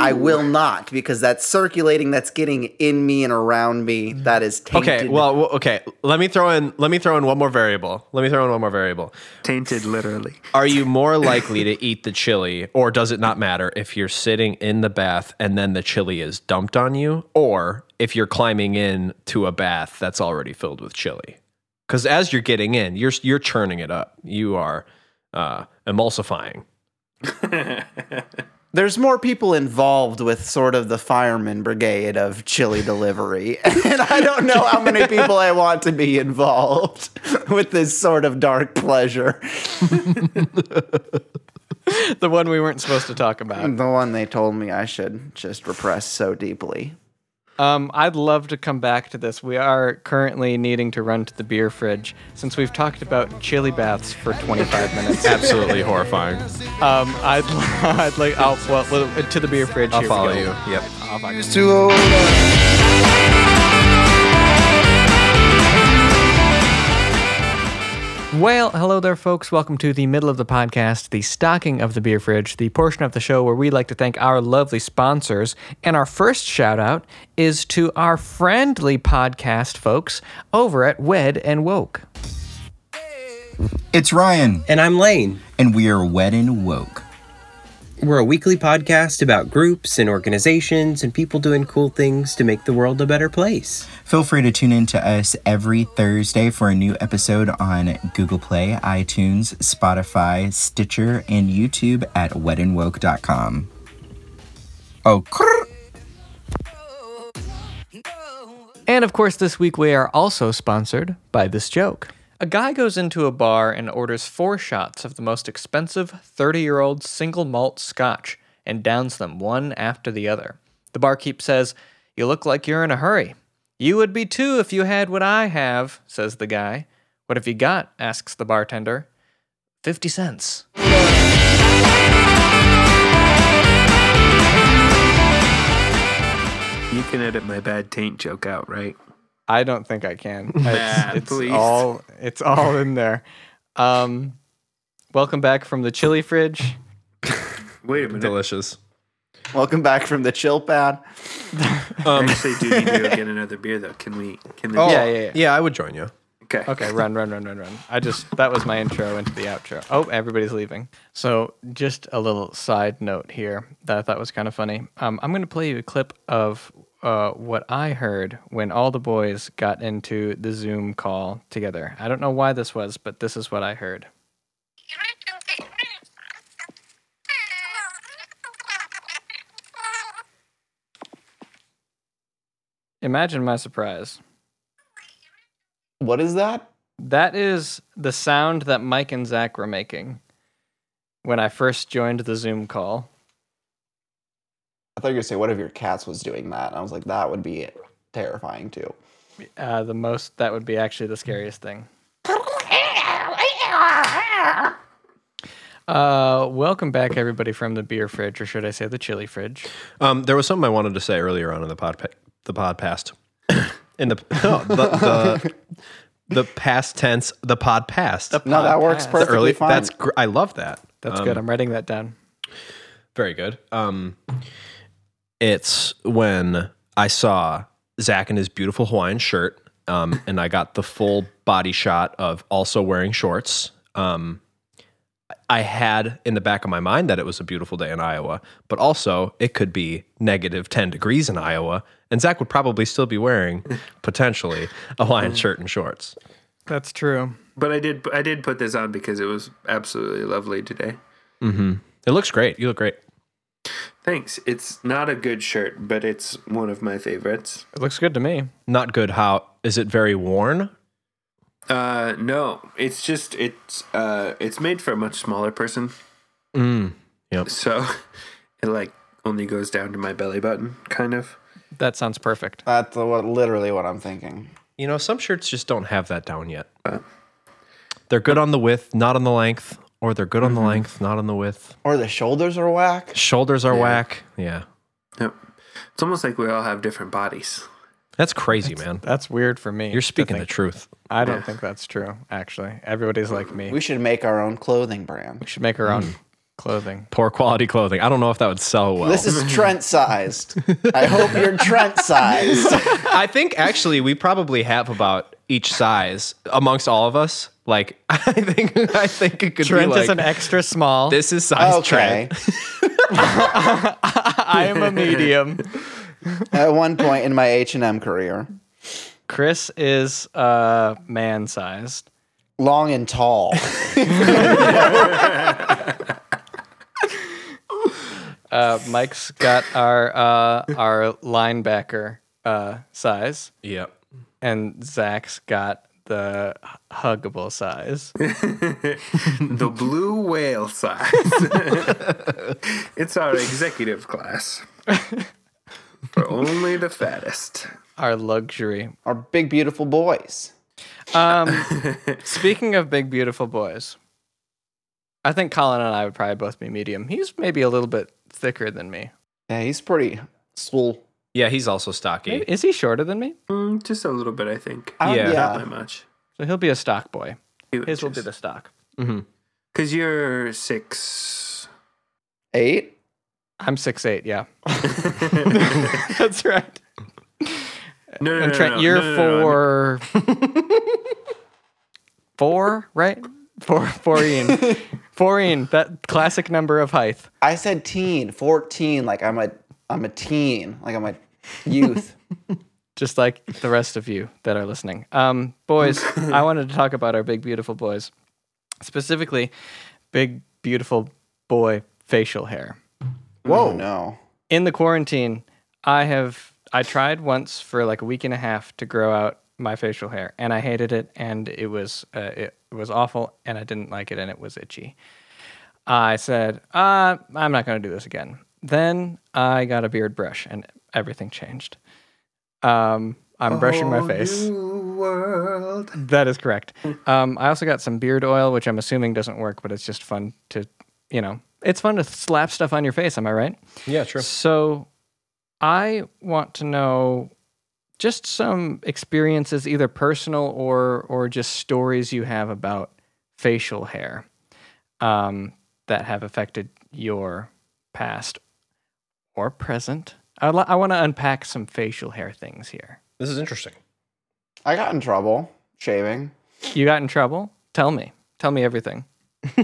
Speaker 3: I will not because that's circulating, that's getting in me and around me. That is tainted.
Speaker 2: Okay. Well. w- Okay. Let me throw in. Let me throw in one more variable. Let me throw in one more variable.
Speaker 4: Tainted literally.
Speaker 2: Are you more likely to eat the chili, or does it not matter if you're sitting in the bath and then the chili is dumped on you, or if you're climbing in to a bath that's already filled with chili? Because as you're getting in, you're you're churning it up. You are uh, emulsifying.
Speaker 3: there's more people involved with sort of the fireman brigade of chili delivery. and I don't know how many people I want to be involved with this sort of dark pleasure.
Speaker 1: The one we weren't supposed to talk
Speaker 2: Mm.
Speaker 1: about.
Speaker 3: The one they told me I should just repress so deeply.
Speaker 1: Um, I'd love to come back to this. We are currently needing to run to the beer fridge since we've talked about chili baths for 25 minutes.
Speaker 2: Absolutely horrifying.
Speaker 1: Um, I'd, I'd like, oh, well, to the beer fridge.
Speaker 2: I'll
Speaker 1: here we
Speaker 2: follow
Speaker 1: go.
Speaker 2: you. Yep.
Speaker 3: Too old.
Speaker 1: Well, hello there, folks. Welcome to the middle of the podcast, the stocking of the beer fridge, the portion of the show where we like to thank our lovely sponsors. And our first shout out is to our friendly podcast folks over at Wed and Woke.
Speaker 5: It's Ryan,
Speaker 6: And I'm Lane.
Speaker 5: and we are wed and woke.
Speaker 6: We're a weekly podcast about groups and organizations and people doing cool things to make the world a better place.
Speaker 5: Feel free to tune in to us every Thursday for a new episode on Google Play, iTunes, Spotify, Stitcher, and YouTube at wedandwoke.com. Oh, crrr.
Speaker 1: And of course, this week we are also sponsored by this joke. A guy goes into a bar and orders four shots of the most expensive 30 year old single malt scotch and downs them one after the other. The barkeep says, You look like you're in a hurry. You would be too if you had what I have, says the guy. What have you got? asks the bartender. 50 cents.
Speaker 4: You can edit my bad taint joke out, right?
Speaker 1: I don't think I can. It's, it's
Speaker 4: please.
Speaker 1: all it's all in there. Um, welcome back from the chili fridge.
Speaker 4: Wait a minute.
Speaker 2: Delicious.
Speaker 3: Welcome back from the chill pad.
Speaker 4: I actually do need to go get another beer, though. Can we? Can we?
Speaker 1: Yeah, yeah, yeah.
Speaker 2: Yeah, I would join you.
Speaker 4: Okay.
Speaker 1: Okay, run, run, run, run, run. I just that was my intro into the outro. Oh, everybody's leaving. So just a little side note here that I thought was kind of funny. Um, I'm gonna play you a clip of uh, what I heard when all the boys got into the Zoom call together. I don't know why this was, but this is what I heard. Imagine my surprise.
Speaker 3: What is that?
Speaker 1: That is the sound that Mike and Zach were making when I first joined the Zoom call.
Speaker 3: I thought you were gonna say what if your cats was doing that? And I was like, that would be terrifying too.
Speaker 1: Uh, the most that would be actually the scariest thing. Uh, welcome back, everybody, from the beer fridge, or should I say the chili fridge?
Speaker 2: Um, there was something I wanted to say earlier on in the pod the podcast. in the, no, the the the past tense the pod past the
Speaker 3: No, that works
Speaker 1: Podcast.
Speaker 3: perfectly
Speaker 2: early
Speaker 3: fine.
Speaker 2: that's gr- I love that.
Speaker 1: That's
Speaker 2: Um,
Speaker 1: good. I'm writing that down.
Speaker 2: Very good. Um, it's when I saw Zach in his beautiful Hawaiian shirt, um, and I got the full body shot of also wearing shorts. Um, I had in the back of my mind that it was a beautiful day in Iowa, but also it could be negative 10 degrees in Iowa, and Zach would probably still be wearing potentially a Hawaiian shirt and shorts.
Speaker 1: That's true.
Speaker 4: But I did. I did put this on because it was absolutely lovely today.
Speaker 2: It looks great. You look great.
Speaker 4: Thanks. It's not a good shirt, but it's one of my favorites.
Speaker 1: It looks good to me.
Speaker 2: Not good. How is it very worn?
Speaker 4: Uh, no, it's just it's uh it's made for a much smaller person,
Speaker 2: Mm.
Speaker 4: so it like only goes down to my belly button, kind of.
Speaker 1: That sounds perfect.
Speaker 3: That's what literally what I'm thinking.
Speaker 2: You know, some shirts just don't have that down yet. They're good on the width, not on the length, or they're good on the length, not on the width.
Speaker 3: Or the shoulders are whack.
Speaker 2: Shoulders are whack. Yeah.
Speaker 4: Yep. It's almost like we all have different bodies.
Speaker 2: That's crazy, man.
Speaker 1: That's weird for me.
Speaker 2: You're speaking the
Speaker 1: truth.
Speaker 2: truth.
Speaker 1: I don't think that's true. Actually, everybody's like me.
Speaker 3: We should make our own clothing brand.
Speaker 1: We should make our
Speaker 2: Mm.
Speaker 1: own clothing.
Speaker 2: Poor quality clothing. I don't know if that would sell well.
Speaker 3: This is Trent sized. I hope you're Trent sized.
Speaker 2: I think actually we probably have about each size amongst all of us. Like I think I think it could
Speaker 1: Trent
Speaker 2: be like
Speaker 1: is an extra small.
Speaker 2: this is size
Speaker 3: Okay.
Speaker 2: Trent.
Speaker 1: I am a medium.
Speaker 3: At one point in my H and M career,
Speaker 1: Chris is uh, man sized.
Speaker 3: long and tall.
Speaker 1: Uh, Mike's got our uh, our linebacker uh, size,
Speaker 2: Yep.
Speaker 1: and Zach's got the h- huggable size.
Speaker 4: The blue whale size. it's our executive class. For only the fattest.
Speaker 1: Our luxury. Um,
Speaker 3: Our big beautiful boys.
Speaker 1: Speaking of big beautiful boys, I think Colin and I would probably both be medium. He's maybe a little bit thicker than me.
Speaker 3: Yeah, he's pretty swole.
Speaker 2: Yeah, he's also stocky.
Speaker 1: Maybe- Is he shorter than me?
Speaker 4: Mm, just a little bit, I think.
Speaker 3: I don't-
Speaker 2: Yeah.
Speaker 4: Not by much.
Speaker 1: So he'll be a stock boy.
Speaker 4: Two
Speaker 1: His will be
Speaker 4: inches.
Speaker 1: the stock.
Speaker 4: Cause you're six.
Speaker 3: Eight.
Speaker 1: I'm six eight. Yeah,
Speaker 4: no,
Speaker 1: that's right.
Speaker 4: no, no,
Speaker 1: And Trent,
Speaker 4: no,
Speaker 1: you're
Speaker 4: no, no, no, no.
Speaker 1: four, four, right? Four, four in, four in. That classic number of height.
Speaker 3: I said teen, 14. Like I'm a, I'm a teen. Like I'm a youth.
Speaker 1: just like the rest of you that are listening. Um, boys, I wanted to talk about our big, beautiful boys, specifically big, beautiful boy facial hair.
Speaker 3: Whoa. no.
Speaker 1: In the quarantine, I have I tried once for like a week and a half to grow out my facial hair, and I hated it, and it was uh, it was awful, and I didn't like it, and it was itchy. I said, uh, I'm not going to do this again. Then I got a beard brush, and everything changed. Um, I'm brushing my face.
Speaker 4: New world.
Speaker 1: That is correct. Um, I also got some beard oil, which I'm assuming doesn't work, but it's just fun to, you know, it's fun to slap stuff on your face. Am I right?
Speaker 2: Yeah, true.
Speaker 1: So I want to know just some experiences, either personal or or just stories you have about facial hair um, that have affected your past or present. I, li- I want to unpack some facial hair things here.
Speaker 2: This is interesting.
Speaker 3: I got in trouble shaving.
Speaker 1: You got in trouble? Tell me. Tell me everything.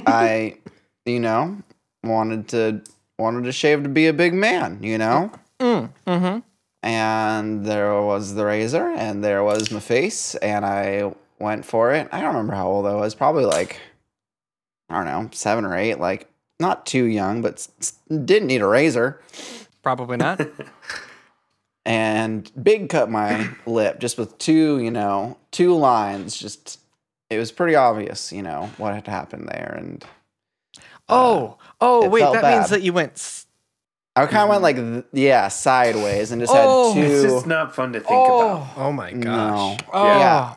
Speaker 3: I, you know, wanted to wanted to shave to be a big man, you know.
Speaker 1: Mm-hmm.
Speaker 3: And there was the razor, and there was my face, and I went for it. I don't remember how old I was. Probably like, I don't know, seven or eight. Like not too young, but s- s- didn't need a razor.
Speaker 1: Probably not.
Speaker 3: And big cut my lip just with two, you know, two lines. Just it was pretty obvious, you know, what had happened there, and.
Speaker 1: oh, oh,
Speaker 3: it
Speaker 1: wait.
Speaker 3: felt
Speaker 1: That means
Speaker 3: bad.
Speaker 1: that you went. s-
Speaker 3: I kind of went like
Speaker 1: Mm-hmm.
Speaker 3: th- yeah sideways and just
Speaker 1: Oh,
Speaker 3: had two.
Speaker 4: It's just not fun to think about.
Speaker 1: Oh,
Speaker 2: Oh my
Speaker 3: no,
Speaker 2: gosh.
Speaker 1: oh,
Speaker 3: Yeah.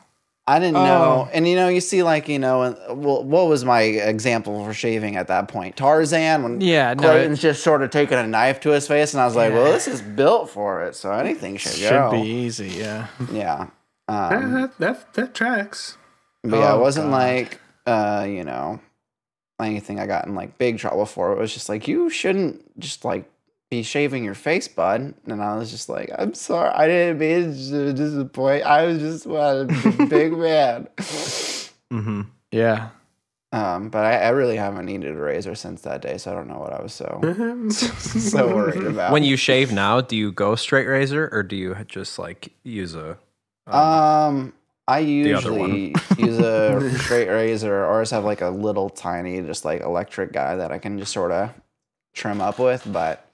Speaker 3: I didn't
Speaker 1: Oh.
Speaker 3: know. And you know, you see like you know, and- well, what was my example for shaving at that point? Tarzan when
Speaker 1: Yeah, no,
Speaker 3: Clayton's just sort of taking a knife to his face, and I was like,
Speaker 1: Yeah.
Speaker 3: well, this is built for it, so anything should,
Speaker 1: should
Speaker 3: go.
Speaker 1: be easy. Yeah.
Speaker 3: Yeah,
Speaker 4: That,
Speaker 3: um,
Speaker 4: that, that, that tracks.
Speaker 3: but yeah,
Speaker 1: Oh,
Speaker 3: it wasn't
Speaker 1: God.
Speaker 3: like uh, you know anything I got in like big trouble for. It was just like you shouldn't just like be shaving your face, bud. And I was just like, I'm sorry, I didn't mean to disappoint. I was just wanted to be a big man.
Speaker 2: Mm-hmm.
Speaker 1: Yeah.
Speaker 3: Um, but I, I really haven't needed a razor since that day, so I don't know what I was so so
Speaker 4: so
Speaker 3: worried about.
Speaker 2: When you shave now, do you go straight razor or do you just like use a?
Speaker 3: um, I
Speaker 2: other one.
Speaker 3: usually use a straight razor, or just have like a little tiny, just like electric guy that I can just sort of trim up with. But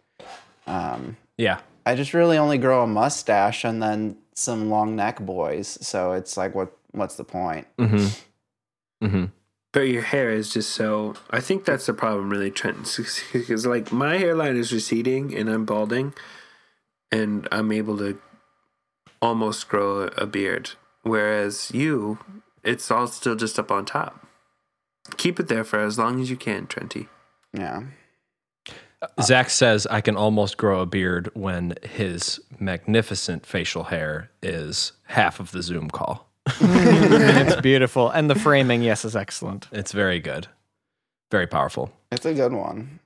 Speaker 3: um,
Speaker 2: Yeah.
Speaker 3: I just really only grow a mustache and then some long neck boys. So it's like, what? What's the point?
Speaker 2: Mm-hmm. Mm-hmm.
Speaker 4: But your hair is just so. I think that's the problem, really, Trent. Because like my hairline is receding and I'm balding, and I'm able to almost grow a beard. Whereas you, it's all still just up on top. Keep it there for as long as you can, Trenty.
Speaker 3: Yeah.
Speaker 2: Uh, Zach says I can almost grow a beard when his magnificent facial hair is half of the Zoom call.
Speaker 1: it's beautiful. And the framing, yes, is excellent.
Speaker 2: It's very good, very powerful.
Speaker 3: It's a good one.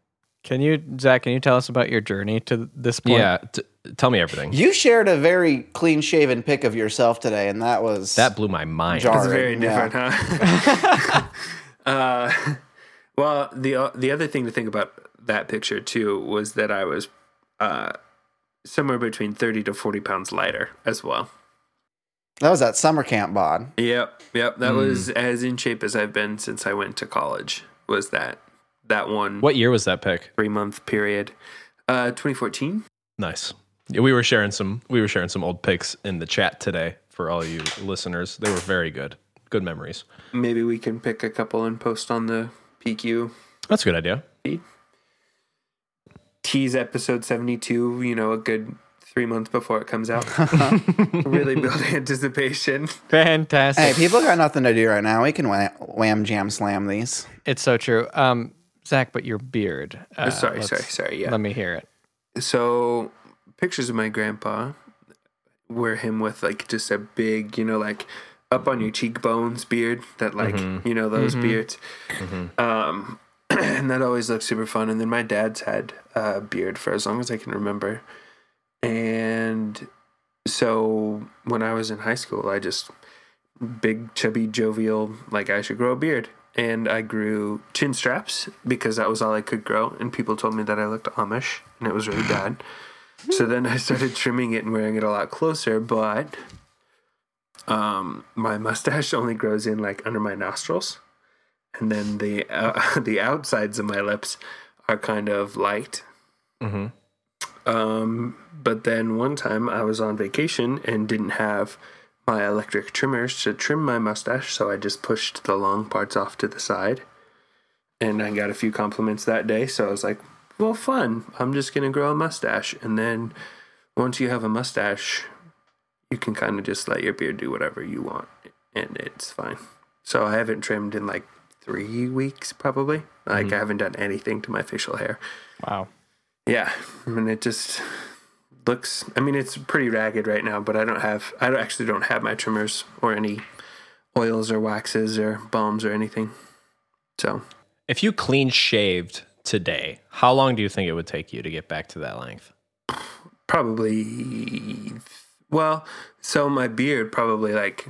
Speaker 1: Can you, Zach, can you tell us about your journey to this point?
Speaker 2: Yeah, t- tell me everything.
Speaker 3: You shared a very clean shaven pic of yourself today, and that was
Speaker 2: That blew my mind.
Speaker 3: Jar-
Speaker 4: It's very
Speaker 3: Alright, yeah.
Speaker 4: different, huh? uh, well, the o- the other thing to think about that picture too was that I was uh, somewhere between thirty to forty pounds lighter as well.
Speaker 3: that was that summer camp bod.
Speaker 4: Yep, yep.
Speaker 1: Hmm.
Speaker 4: That was as in shape as I've been since I went to college. Was that that one
Speaker 2: What year was that pick?
Speaker 4: three month period? Uh, 2014.
Speaker 2: Nice. Yeah, We were sharing some. We were sharing some old pics in the chat today for all you listeners. They were very good. Good memories.
Speaker 4: Maybe we can pick a couple and post on the PQ
Speaker 2: That's a good idea.
Speaker 4: tease episode 72. You know, a good three months before it comes out. really build anticipation.
Speaker 1: Fantastic.
Speaker 3: Hey, people got nothing to do right now. We can wham, wham jam slam these.
Speaker 1: It's so true. Um, Zach, but your beard. Uh,
Speaker 4: Oh, sorry,
Speaker 1: let's-
Speaker 4: sorry, sorry, yeah.
Speaker 1: Let me hear it.
Speaker 4: so pictures of my grandpa were him with like just a big you know like up on your cheekbones beard that like you know those beards um and that always looked super fun and then my dad's had a beard for as long as i can remember and so when i was in high school i just big chubby jovial like i should grow a beard and i grew chin straps because that was all i could grow and people told me that i looked amish and it was really bad so then i started trimming it and wearing it a lot closer but um, my mustache only grows in like under my nostrils, and then the uh, the outsides of my lips are kind of light. Um, but then one time I was on vacation and didn't have my electric trimmers to trim my mustache, so I just pushed the long parts off to the side, and I got a few compliments that day. So I was like, "Well, fun! I'm just gonna grow a mustache." And then once you have a mustache, you can kind of just let your beard do whatever you want and it's fine. So I haven't trimmed in like three weeks probably. Like I haven't done anything to my facial hair.
Speaker 1: Wow.
Speaker 4: Yeah. I mean it just looks I mean it's pretty ragged right now, but I don't have I don't- actually don't have my trimmers or any oils or waxes or balms or anything. So
Speaker 2: If you clean shaved today, how long do you think it would take you to get back to that length?
Speaker 4: probably well so my beard probably like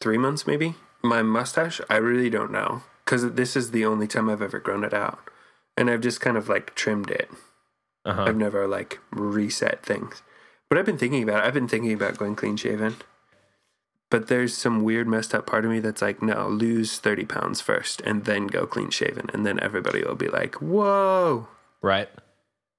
Speaker 4: three months maybe my mustache i really don't know because this is the only time i've ever grown it out and i've just kind of like trimmed it
Speaker 2: Uh-huh.
Speaker 4: i've never like reset things but i've been thinking about it. i've been thinking about going clean shaven but there's some weird messed up part of me that's like no lose 30 pounds first and then go clean shaven and then everybody will be like whoa
Speaker 2: Right?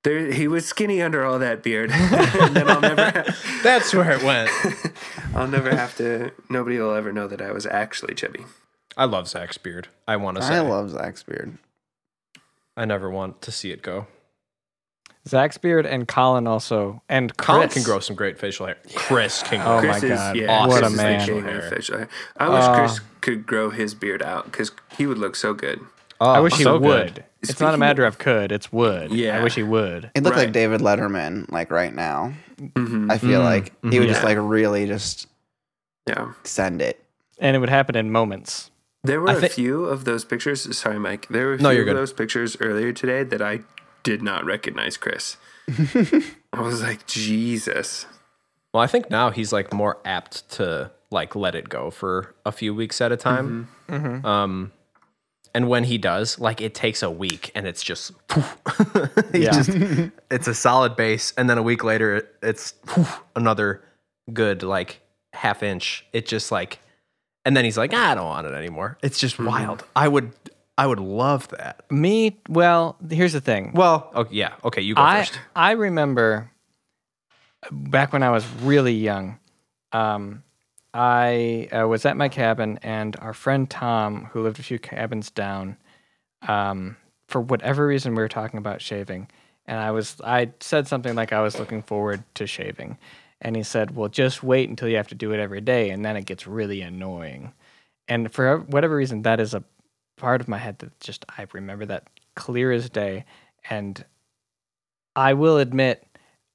Speaker 4: there, he was skinny under all that beard and then i'll never
Speaker 2: That's where it went.
Speaker 4: I'll never have to. Nobody will ever know that I was actually chubby.
Speaker 2: I love Zach's beard. I want to say.
Speaker 3: I
Speaker 2: I,
Speaker 3: love Zach's beard.
Speaker 2: never want to see it go.
Speaker 1: Zach's beard and Colin also and Chris.
Speaker 2: Colin can grow some great facial hair. Chris can grow.
Speaker 1: Oh
Speaker 4: Chris
Speaker 1: my
Speaker 4: is-
Speaker 1: god!
Speaker 4: yeah,
Speaker 1: what
Speaker 4: Chris
Speaker 1: a
Speaker 4: is the
Speaker 1: man!
Speaker 4: king of facial hair. I wish Chris could grow his beard out because he would look so good.
Speaker 1: I wish he
Speaker 2: Oh, so good.
Speaker 1: would. It's not a
Speaker 4: Speaking
Speaker 1: matter of could; it's would.
Speaker 4: Yeah.
Speaker 1: I wish he would.
Speaker 3: It looked
Speaker 4: Right.
Speaker 3: like David Letterman, like right now.
Speaker 4: Mm-hmm.
Speaker 3: I
Speaker 1: Mm-hmm.
Speaker 3: feel like he would just like really just
Speaker 4: Yeah,
Speaker 3: send it.
Speaker 1: And it would happen in moments.
Speaker 4: there were
Speaker 2: I
Speaker 4: a
Speaker 2: thi-
Speaker 4: few of those pictures. Sorry, Mike. There were a few
Speaker 2: No, you're
Speaker 4: of
Speaker 2: good.
Speaker 4: those pictures earlier today that I did not recognize Chris. I was like, Jesus.
Speaker 2: Well, I think now he's like more apt to like let it go for a few weeks at a time.
Speaker 1: Mm-hmm.
Speaker 2: Um, and when he does, like it takes a week, and it's just, poof. He
Speaker 1: Yeah.
Speaker 2: just- it's a solid base, and then a week later, it- it's poof, another good like half inch. It just like, and then he's like, "Ah, I don't want it anymore. It's just
Speaker 1: Mm-hmm.
Speaker 2: wild. I would, I would love that.
Speaker 1: Me, well, here's the thing.
Speaker 2: Well, oh yeah, okay, you go
Speaker 1: I
Speaker 2: first.
Speaker 1: I remember back when I was really young. Um, I uh, was at my cabin, and our friend Tom, who lived a few cabins down, um, for whatever reason, we were talking about shaving, and I was I said something like I was looking forward to shaving, and he said, "Well, just wait until you have to do it every day, and then it gets really annoying." And for whatever reason, that is a part of my head that just I remember that clear as day, and I will admit,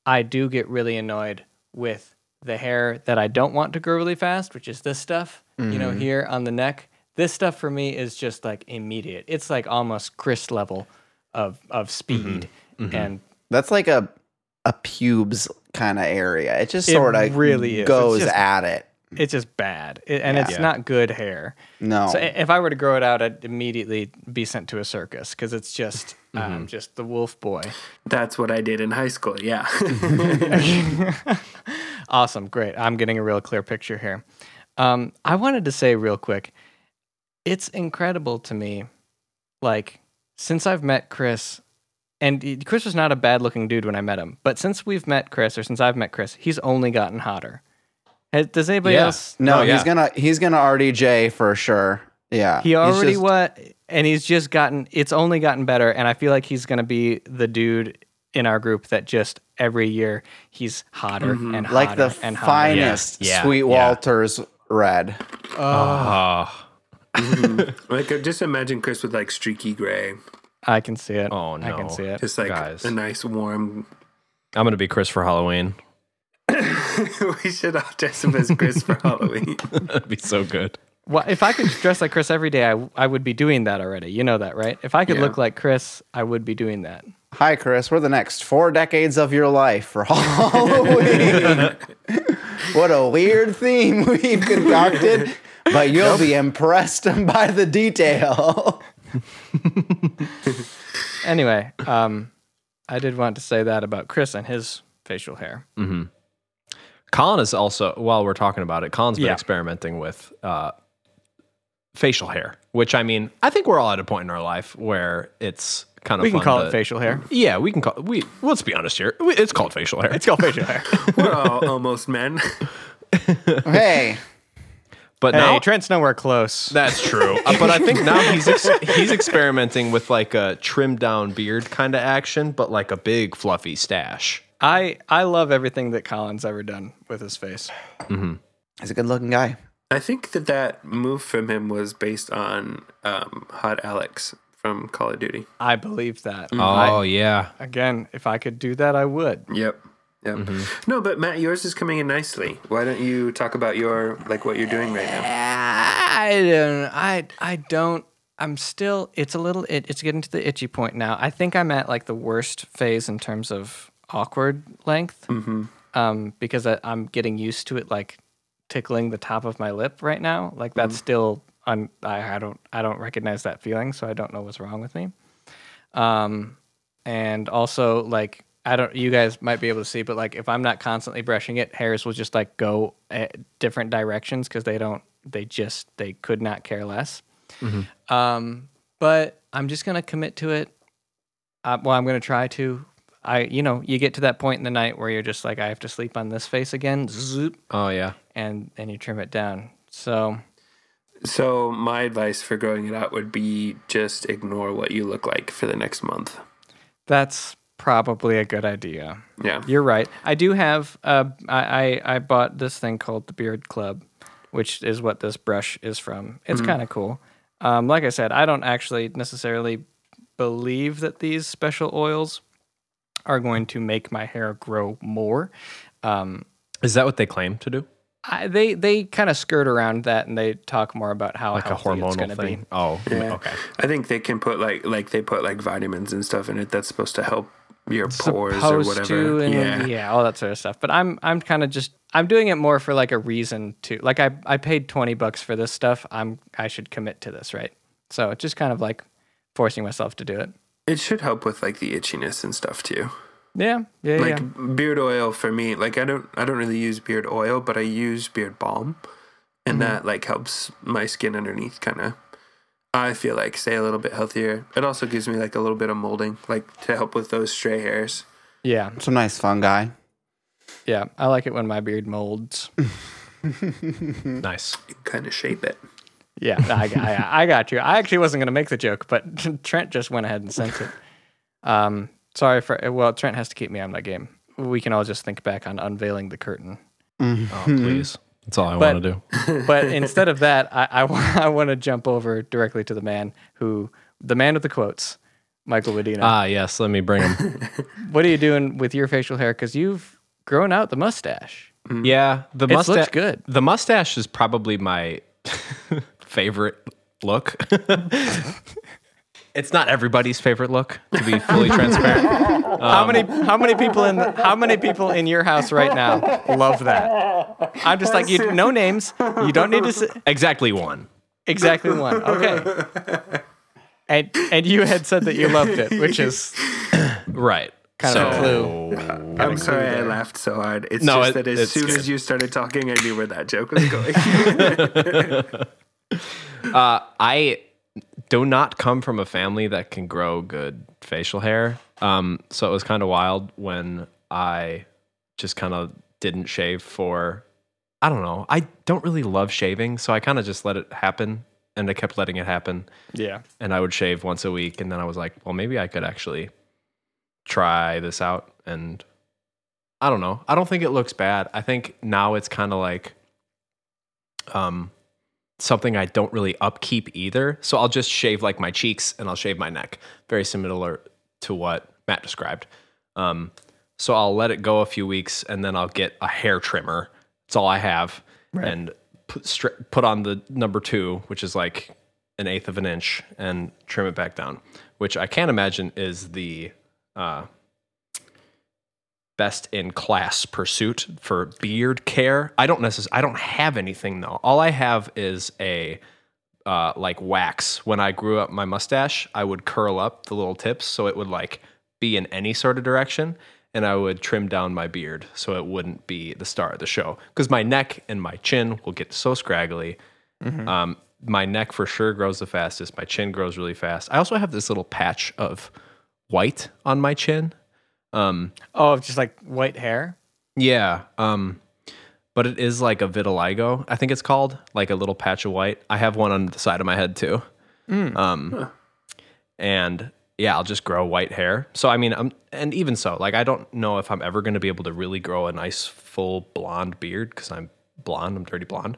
Speaker 1: I do get really annoyed with the hair that I don't want to grow really fast, which is this stuff, you know, here on the neck. This stuff for me is just like immediate. It's like almost Chris level of of speed, and
Speaker 3: That's like a a pubes kind of area. It just
Speaker 1: It
Speaker 3: sort of
Speaker 1: really is. It's
Speaker 3: goes
Speaker 1: just-
Speaker 3: at it.
Speaker 1: it's just bad, It- and it's not good hair.
Speaker 3: No,
Speaker 1: So eh, i- if I were to grow it out, I'd immediately be sent to a circus because it's just um, just the wolf boy.
Speaker 4: That's what I did in high school. Yeah.
Speaker 1: awesome, great. I'm getting a real clear picture here. Um, I wanted to say real quick, it's incredible to me, like since I've met Chris, and he- Chris was not a bad looking dude when I met him, but since we've met Chris or since I've met Chris, he's only gotten hotter. Has- Does anybody
Speaker 2: Yeah.
Speaker 1: else?
Speaker 3: no,
Speaker 2: Oh,
Speaker 3: he's
Speaker 2: yeah.
Speaker 3: gonna he's gonna RDJ for sure. Yeah,
Speaker 1: He
Speaker 3: He's
Speaker 1: already
Speaker 3: just-
Speaker 1: what, and he's just gotten. It's only gotten better, and I feel like he's gonna be the dude in our group that just every year he's hotter and hotter
Speaker 3: Mm-hmm. like the
Speaker 1: and hotter.
Speaker 3: finest
Speaker 2: Yeah, yeah,
Speaker 3: Sweet
Speaker 2: yeah.
Speaker 3: Walters red.
Speaker 1: Oh,
Speaker 2: Ah.
Speaker 4: like, uh, just imagine Chris with like streaky gray,
Speaker 1: I can see it.
Speaker 2: Oh,
Speaker 1: I
Speaker 2: no.
Speaker 1: can see it.
Speaker 4: just like
Speaker 2: Guys.
Speaker 4: a nice warm
Speaker 2: I'm gonna be Chris for Halloween.
Speaker 4: we should all dress him as Chris for Halloween.
Speaker 2: That'd be so good.
Speaker 1: Well, if I could dress like Chris every day, I, I would be doing that already. You know that, right? If I could
Speaker 4: Yeah.
Speaker 1: look like Chris, I would be doing that.
Speaker 3: Hi, Chris. We're the next four decades of your life for Halloween. what a weird theme we've concocted, but you'll be impressed by the detail.
Speaker 1: Anyway, um, I did want to say that about Chris and his facial hair.
Speaker 2: Colin is also while we're talking about it, Colin's been
Speaker 1: Yeah.
Speaker 2: experimenting with uh, facial hair, which I mean, I think we're all at a point in our life where it's kind of
Speaker 1: We can
Speaker 2: fun
Speaker 1: call it
Speaker 2: to-
Speaker 1: facial hair.
Speaker 2: Yeah, we can call we. Let's be honest here. We- It's called facial hair.
Speaker 1: It's called facial hair.
Speaker 4: We're all almost men.
Speaker 3: Hey,
Speaker 2: but
Speaker 1: hey,
Speaker 2: now
Speaker 1: Trent's nowhere close.
Speaker 2: that's true. Uh, but I think now he's ex- he's experimenting with like a trimmed down beard kind of action, but like a big fluffy stash.
Speaker 1: I, I love everything that Colin's ever done with his face.
Speaker 3: he's a good looking guy.
Speaker 4: I think that that move from him was based on um, Hot Alex from Call of Duty.
Speaker 1: I believe that.
Speaker 2: Oh yeah,
Speaker 1: Again, if I could do that, I would.
Speaker 4: Yep. Yep. No, but Matt, yours is coming in nicely. Why don't you talk about your like what you're doing right now?
Speaker 1: I don't. I I don't. I'm still. It's a little. It, it's getting to the itchy point now. I think I'm at like the worst phase in terms of awkward length. Mm-hmm. Um, because I, I'm getting used to it, like tickling the top of my lip right now. Like that's still. Un, I I don't. I don't recognize that feeling, so I don't know what's wrong with me. Um, and also like I don't. You guys might be able to see, but like if I'm not constantly brushing it, hairs will just like go eh, different directions because they don't. They just they could not care less. Um, but I'm just gonna commit to it. Uh, well, I'm gonna try to. I you know you get to that point in the night where you're just like I have to sleep on this face again, zoop,
Speaker 2: oh yeah.
Speaker 1: and and you trim it down. So
Speaker 4: So my advice for growing it out would be just ignore what you look like for the next month.
Speaker 1: that's probably a good idea.
Speaker 4: Yeah.
Speaker 1: You're right. I do have. Uh, I, I I bought this thing called the Beard Club, which is what this brush is from. It's
Speaker 2: Mm-hmm.
Speaker 1: kind of cool. Um, like I said, I don't actually necessarily believe that these special oils are going to make my hair grow more. Um,
Speaker 2: Is that what they claim to do?
Speaker 1: I, they they kind of skirt around that and they talk more about how
Speaker 2: Like a
Speaker 1: healthy it's
Speaker 2: hormonal
Speaker 1: gonna
Speaker 2: thing?
Speaker 1: Be.
Speaker 2: Oh,
Speaker 4: Yeah.
Speaker 2: okay.
Speaker 4: I think they can put like like they put like vitamins and stuff in it that's supposed to help your pores or
Speaker 1: Supposed to,
Speaker 4: whatever.
Speaker 1: and
Speaker 4: yeah.
Speaker 1: yeah. all that sort of stuff. But I'm I'm kind of just I'm doing it more for like a reason to like I I paid twenty bucks for this stuff. I'm I should commit to this, right? So it's just kind of like forcing myself to do it.
Speaker 4: It should help with like the itchiness and stuff too.
Speaker 1: Yeah, yeah,
Speaker 4: like
Speaker 1: yeah.
Speaker 4: beard oil for me like i don't i don't really use beard oil but i use beard balm and
Speaker 1: Mm-hmm.
Speaker 4: that like helps my skin underneath kind of i feel like stay a little bit healthier it also gives me like a little bit of molding like to help with those stray hairs
Speaker 1: Yeah,
Speaker 3: Some nice fungi.
Speaker 1: yeah. I like it when my beard molds.
Speaker 2: Nice.
Speaker 4: kind of shape it
Speaker 1: Yeah, I, I, I got you. I actually wasn't going to make the joke, but Trent just went ahead and sent it. Um, sorry for well, Trent has to keep me on my game. We can all just think back on unveiling the curtain.
Speaker 2: Oh please, that's all I
Speaker 1: But-
Speaker 2: want to do.
Speaker 1: But instead of that, I, I, wa- I want to jump over directly to the man who, the man with the quotes, Michael Medina.
Speaker 2: Ah yes, let me bring him.
Speaker 1: what are you doing with your facial hair? Because you've grown out the mustache.
Speaker 2: Yeah, the
Speaker 1: It's
Speaker 2: mustache
Speaker 1: looked good.
Speaker 2: The mustache is probably my favorite look. it's not everybody's favorite look, to be fully transparent.
Speaker 1: how many how many people in the, how many people in your house right now love that? I'm just like you. No names. You don't need to. Say,
Speaker 2: exactly one.
Speaker 1: Exactly one. Okay. And and you had said that you loved it, which is
Speaker 2: Right.
Speaker 1: kind of a clue.
Speaker 4: i'm sorry i laughed so hard it's
Speaker 2: No,
Speaker 4: just
Speaker 2: it-
Speaker 4: that as
Speaker 2: it's
Speaker 4: soon
Speaker 2: good.
Speaker 4: as you started talking i knew where that joke was going
Speaker 2: Uh, I do not come from a family that can grow good facial hair. Um, so it was kind of wild when I just kind of didn't shave for, I don't know. I don't really love shaving. So I kind of just let it happen and I kept letting it happen.
Speaker 1: Yeah.
Speaker 2: and I would shave once a week. And then I was like, well, maybe I could actually try this out. And I don't know. I don't think it looks bad. I think now it's kind of like um, something I don't really upkeep either. So I'll just shave like my cheeks and I'll shave my neck. Very similar to what Matt described. Um, So I'll let it go a few weeks and then I'll get a hair trimmer. That's all I have. And put, stri- put on the number two, which is like an eighth of an inch, and trim it back down, which I can't imagine is the uh, best in class pursuit for beard care. I don't necessarily, I don't have anything though. All I have is a uh, like wax. When I grew up my mustache, I would curl up the little tips so it would like be in any sort of direction, and I would trim down my beard so it wouldn't be the star of the show. Because my neck and my chin will get so scraggly. Um, my neck for sure grows the fastest. My chin grows really fast. I also have this little patch of white on my chin. Um,
Speaker 1: Oh, just like white hair.
Speaker 2: yeah. Um, but it is like a vitiligo, I think it's called, like a little patch of white. I have one on the side of my head too. Um, and yeah, I'll just grow white hair. So I mean, I'm and even so, like I don't know if I'm ever going to be able to really grow a nice full blonde beard because I'm blonde. I'm dirty blonde.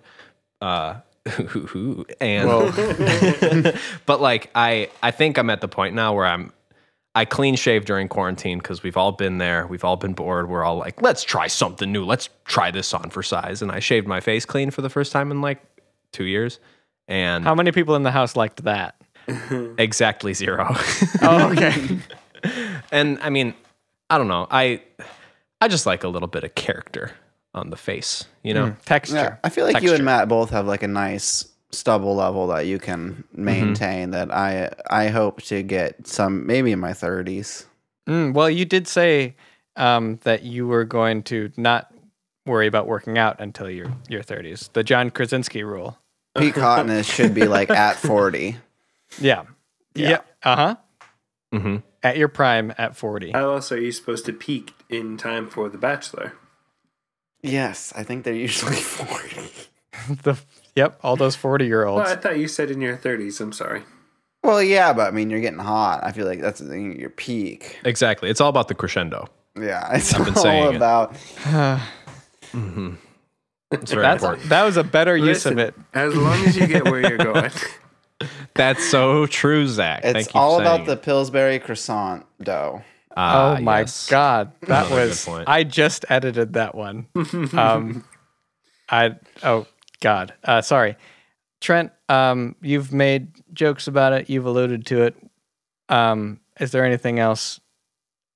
Speaker 2: Uh, and but like I I think I'm at the point now where I'm I clean shaved during quarantine because we've all been there. We've all been bored. We're all like, let's try something new. Let's try this on for size. And I shaved my face clean for the first time in like two years. And
Speaker 1: How many people in the house liked that?
Speaker 2: exactly zero.
Speaker 1: Oh, okay.
Speaker 2: and I mean, I don't know. I I just like a little bit of character on the face, you know.
Speaker 1: Texture.
Speaker 3: Yeah, I feel like you and Matt both have like a nice stubble level that you can maintain. That I I hope to get some maybe in my thirties.
Speaker 1: Mm, well, you did say um, that you were going to not worry about working out until your your 30s. The John Krasinski rule.
Speaker 3: Peak hotness should be like at forty.
Speaker 1: Yeah. Yeah. Uh huh.
Speaker 2: hmm
Speaker 1: At your prime at 40.
Speaker 4: How else are you supposed to peak in time for The Bachelor?
Speaker 3: Yes, I think they're usually forty.
Speaker 1: the, yep. All those 40 year
Speaker 4: Oh,
Speaker 1: olds.
Speaker 4: I thought you said in your 30s. I'm sorry.
Speaker 3: Well, yeah, but I mean, you're getting hot. I feel like that's the thing, your peak.
Speaker 2: Exactly. It's all about the crescendo.
Speaker 3: Yeah, it's
Speaker 2: I've been saying
Speaker 3: all
Speaker 2: it.
Speaker 3: about.
Speaker 2: It's very
Speaker 1: That's,
Speaker 2: important.
Speaker 1: that was a better use of
Speaker 4: Listen,
Speaker 1: it.
Speaker 4: As long as you get where you're going.
Speaker 2: That's so true, Zach. Thank
Speaker 3: It's
Speaker 2: you for
Speaker 3: all
Speaker 2: saying
Speaker 3: about the
Speaker 2: it.
Speaker 3: Pillsbury croissant dough.
Speaker 2: Ah,
Speaker 1: Oh my
Speaker 2: yes.
Speaker 1: God. That
Speaker 2: Another good
Speaker 1: was,
Speaker 2: point.
Speaker 1: I just edited that one. um, I, oh God. Uh, sorry. Trent, um, you've made jokes about it. You've alluded to it. Um, is there anything else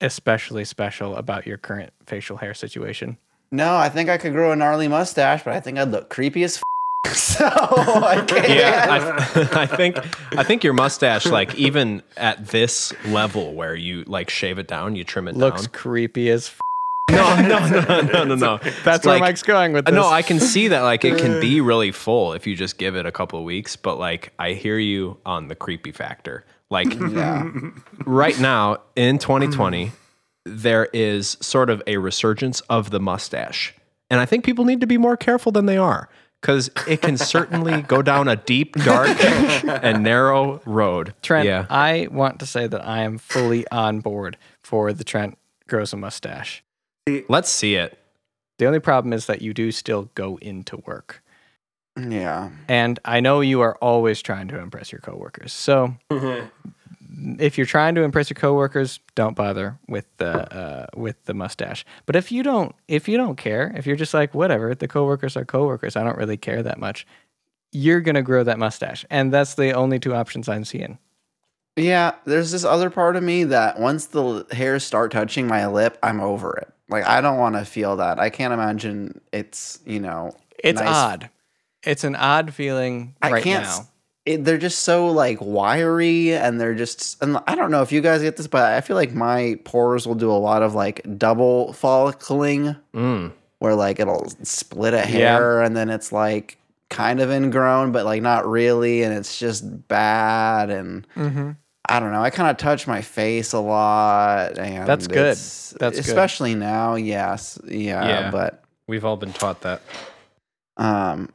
Speaker 1: especially special about your current facial hair situation?
Speaker 3: No, I think I could grow a gnarly mustache, but I think I'd look creepy as. F- so I can't.
Speaker 2: Yeah, I, I think I think your mustache, like even at this level where you like shave it down, you trim it
Speaker 1: Looks
Speaker 2: down.
Speaker 1: creepy as f-
Speaker 2: Oh, No, no, no, no, no, no.
Speaker 1: That's where
Speaker 2: like- uh,
Speaker 1: Mike's going with this.
Speaker 2: No, I can see that. Like, it can be really full if you just give it a couple of weeks. But like, I hear you on the creepy factor. Like, right now in
Speaker 1: Mm.
Speaker 2: 2020, there is sort of a resurgence of the mustache, and I think people need to be more careful than they are because it can certainly go down a deep, dark, and narrow road.
Speaker 1: Trent,
Speaker 2: yeah.
Speaker 1: I want to say that I am fully on board for the Trent grows a mustache.
Speaker 2: Let's see it.
Speaker 1: The only problem is that you do still go into work.
Speaker 3: Yeah.
Speaker 1: And I know you are always trying to impress your coworkers. So if you're trying to impress your coworkers, don't bother with the uh, with the mustache. But if you don't if you don't care, if you're just like whatever, the coworkers are coworkers, I don't really care that much. You're gonna grow that mustache, and that's the only two options I'm seeing.
Speaker 3: Yeah, there's this other part of me that once the hairs start touching my lip, I'm over it. Like I don't want to feel that. I can't imagine it's you know.
Speaker 1: It's
Speaker 3: nice-
Speaker 1: odd. It's an odd feeling
Speaker 3: I
Speaker 1: right
Speaker 3: can't.
Speaker 1: now.
Speaker 3: s- It, they're just so like wiry, and they're just. And I don't know if you guys get this, but I feel like my pores will do a lot of like double follicling,
Speaker 2: Mm.
Speaker 3: where like it'll split a hair, and then it's like kind of ingrown, but like not really, and it's just bad. And
Speaker 1: Mm-hmm.
Speaker 3: I don't know. I kind of touch my face a lot, and
Speaker 1: That's good.
Speaker 3: it's-
Speaker 1: That's good.
Speaker 3: especially now. Yes, yeah,
Speaker 2: Yeah.
Speaker 3: But
Speaker 2: We've all been taught that.
Speaker 3: um,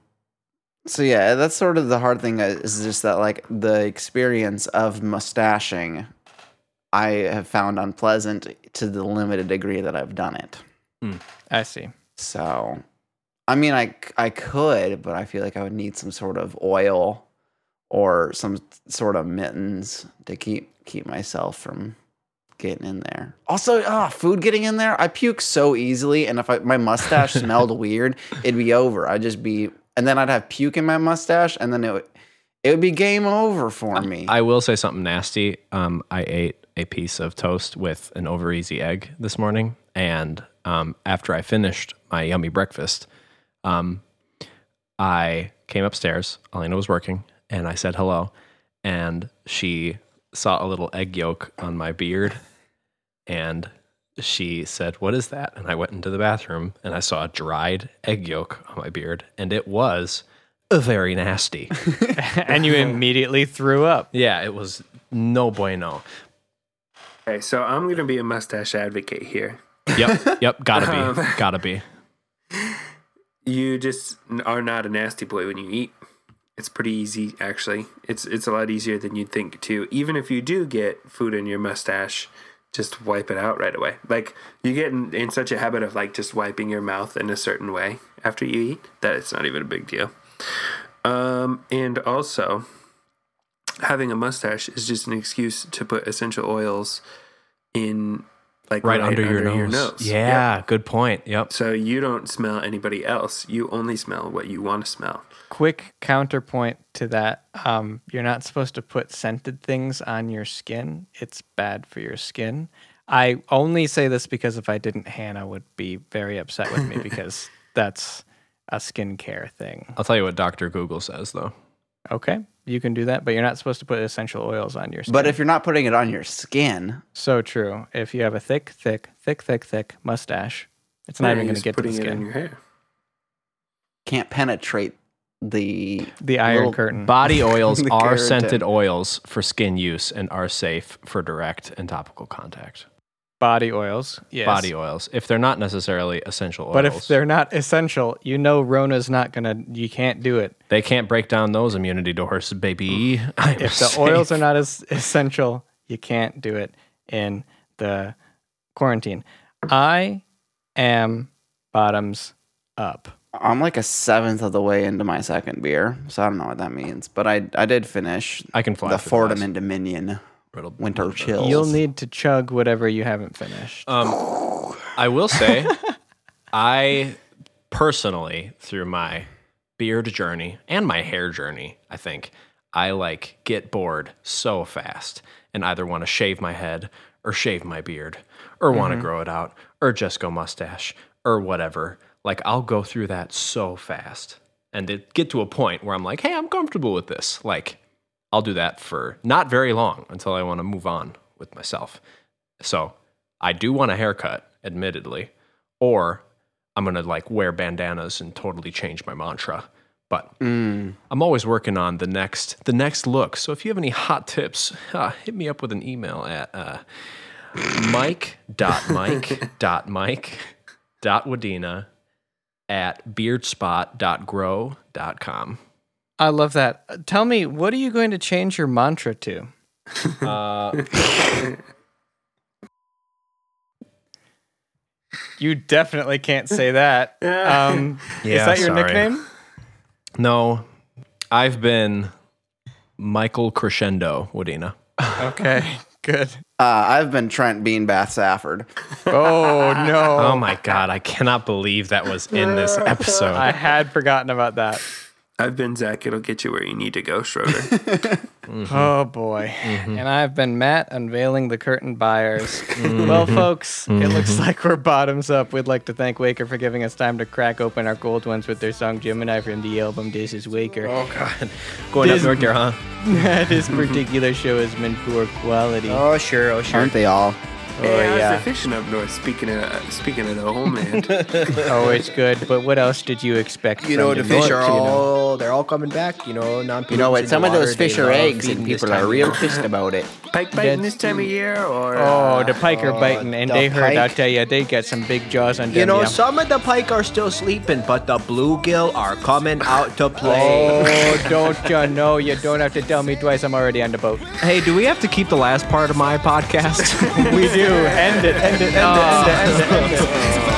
Speaker 3: so yeah, that's sort of the hard thing uh, is just that like the experience of mustaching, I have found unpleasant to the limited degree that I've done it.
Speaker 1: I see.
Speaker 3: So, I mean, I c- I could, but I feel like I would need some sort of oil or some sort of mittens to keep keep myself from getting in there. Also, ah, food getting in there. I puke so easily, and if I, my mustache smelled weird, it'd be over. I'd just be, and then I'd have puke in my mustache, and then it would, it would be game over for me.
Speaker 2: I will say something nasty. Um, I ate a piece of toast with an over easy egg this morning, and um, after I finished my yummy breakfast, um, I came upstairs. Alina was working, and I said hello, and she saw a little egg yolk on my beard, and she said, "What is that?" And I went into the bathroom, and I saw a dried egg yolk on my beard, and it was very nasty.
Speaker 1: and you immediately threw up.
Speaker 2: Yeah, it was no bueno.
Speaker 4: Okay, so I'm gonna be a mustache advocate here.
Speaker 2: Yep, yep, gotta be, gotta be.
Speaker 4: You just n- are not a nasty boy when you eat. It's pretty easy, actually. It's it's a lot easier than you'd think too. Even if you do get food in your mustache, just wipe it out right away. Like you get in, in such a habit of like just wiping your mouth in a certain way after you eat that it's not even a big deal. Um, and also, having a mustache is just an excuse to put essential oils in like
Speaker 2: Right, under, your, nose. Yeah, good point. Yep.
Speaker 4: So you don't smell anybody else. You only smell what you want to smell.
Speaker 1: Quick counterpoint to that. Um, you're not supposed to put scented things on your skin. It's bad for your skin. I only say this because if I didn't, Hannah would be very upset with me because that's a skincare thing.
Speaker 2: I'll tell you what Doctor Google says though.
Speaker 1: Okay, you can do that, but you're not supposed to put essential oils on your skin.
Speaker 3: but if you're not putting it on your skin,
Speaker 1: so true. If you have a thick, thick, thick, thick, thick mustache, it's not
Speaker 4: Yeah,
Speaker 1: even
Speaker 4: you're
Speaker 1: going to
Speaker 4: just
Speaker 1: get to the
Speaker 4: putting it in
Speaker 1: skin.
Speaker 4: your hair.
Speaker 3: can't penetrate the
Speaker 1: The iron
Speaker 3: little
Speaker 1: curtain.
Speaker 2: Body oils
Speaker 3: The
Speaker 2: are
Speaker 3: keratin.
Speaker 2: scented oils for skin use and are safe for direct and topical contact.
Speaker 1: body oils. Yes.
Speaker 2: Body oils, if they're not necessarily essential oils,
Speaker 1: But if they're not essential, you know Rona's not gonna. You can't do it.
Speaker 2: they can't break down those immunity doors, baby. I'm
Speaker 1: If the
Speaker 2: safe.
Speaker 1: oils are not as essential, you can't do it in the quarantine. I am bottoms up.
Speaker 3: I'm like a seventh of the way into my second beer, so I don't know what that means. But I I did finish
Speaker 2: I can fly
Speaker 3: the
Speaker 2: through
Speaker 3: Fordham
Speaker 2: glass.
Speaker 3: and Dominion
Speaker 2: Riddle-
Speaker 3: Winter Chills.
Speaker 1: You'll need to chug whatever you haven't finished.
Speaker 2: Um, I will say, I personally, through my beard journey and my hair journey, I think I like get bored so fast and either want to shave my head or shave my beard or want to grow it out or just go mustache or whatever. Like I'll go through that so fast and it get to a point where I'm like, hey, I'm comfortable with this. Like I'll do that for not very long until I want to move on with myself. So I do want a haircut, admittedly, or I'm gonna like wear bandanas and totally change my mantra. But
Speaker 3: Mm.
Speaker 2: I'm always working on the next the next look. So if you have any hot tips, uh, hit me up with an email at uh, mike.mike.mike.wadena at beardspot.grow.com.
Speaker 1: I love that. Tell me, what are you going to change your mantra to?
Speaker 2: Uh,
Speaker 1: You definitely can't say that. Um, is
Speaker 2: Yeah,
Speaker 1: that your
Speaker 2: sorry.
Speaker 1: nickname?
Speaker 2: no, I've been Michael Crescendo Wadena.
Speaker 1: Okay, good.
Speaker 3: Uh, I've been Trent Beanbath Safford.
Speaker 1: Oh no.
Speaker 2: Oh my god, I cannot believe that was in this episode.
Speaker 1: I had forgotten about that.
Speaker 4: I've been Zach. It'll get you where you need to go, Schroeder.
Speaker 1: Oh boy. And I've been Matt unveiling the curtain buyers. well, folks, it looks like we're bottoms up. We'd like to thank Waker for giving us time to crack open our gold ones with their song Gemini from the album This is Waker.
Speaker 2: Oh god, going up
Speaker 1: This-
Speaker 2: north there, huh?
Speaker 1: this particular show has been poor quality.
Speaker 6: Oh, sure. Oh, sure.
Speaker 3: Aren't they all?
Speaker 4: hey, how's
Speaker 1: yeah.
Speaker 4: the fishing up north? Speaking of uh, speaking of the homeland,
Speaker 1: Oh, it's good, but what else did you expect?
Speaker 6: You
Speaker 1: from
Speaker 6: know, the fish
Speaker 1: North, you
Speaker 6: are
Speaker 1: know?
Speaker 6: all, they're all coming back, you know, non
Speaker 3: You know what? Some of those fish are eggs, and people are real pissed about it.
Speaker 4: pike biting this time of year, or
Speaker 1: Oh, the pike are biting, and
Speaker 6: the
Speaker 1: they heard. I'll
Speaker 6: pike.
Speaker 1: tell you, they got some big jaws on them.
Speaker 6: You know,
Speaker 1: yeah.
Speaker 6: some of the pike are still sleeping, but the bluegill are coming out to play.
Speaker 1: Oh, don't you know? You don't have to tell me twice. I'm already on the boat.
Speaker 3: Oh.
Speaker 2: Hey, do we have to keep the last part of my podcast?
Speaker 1: We do. End it. End it. End it. End it. End it. End it.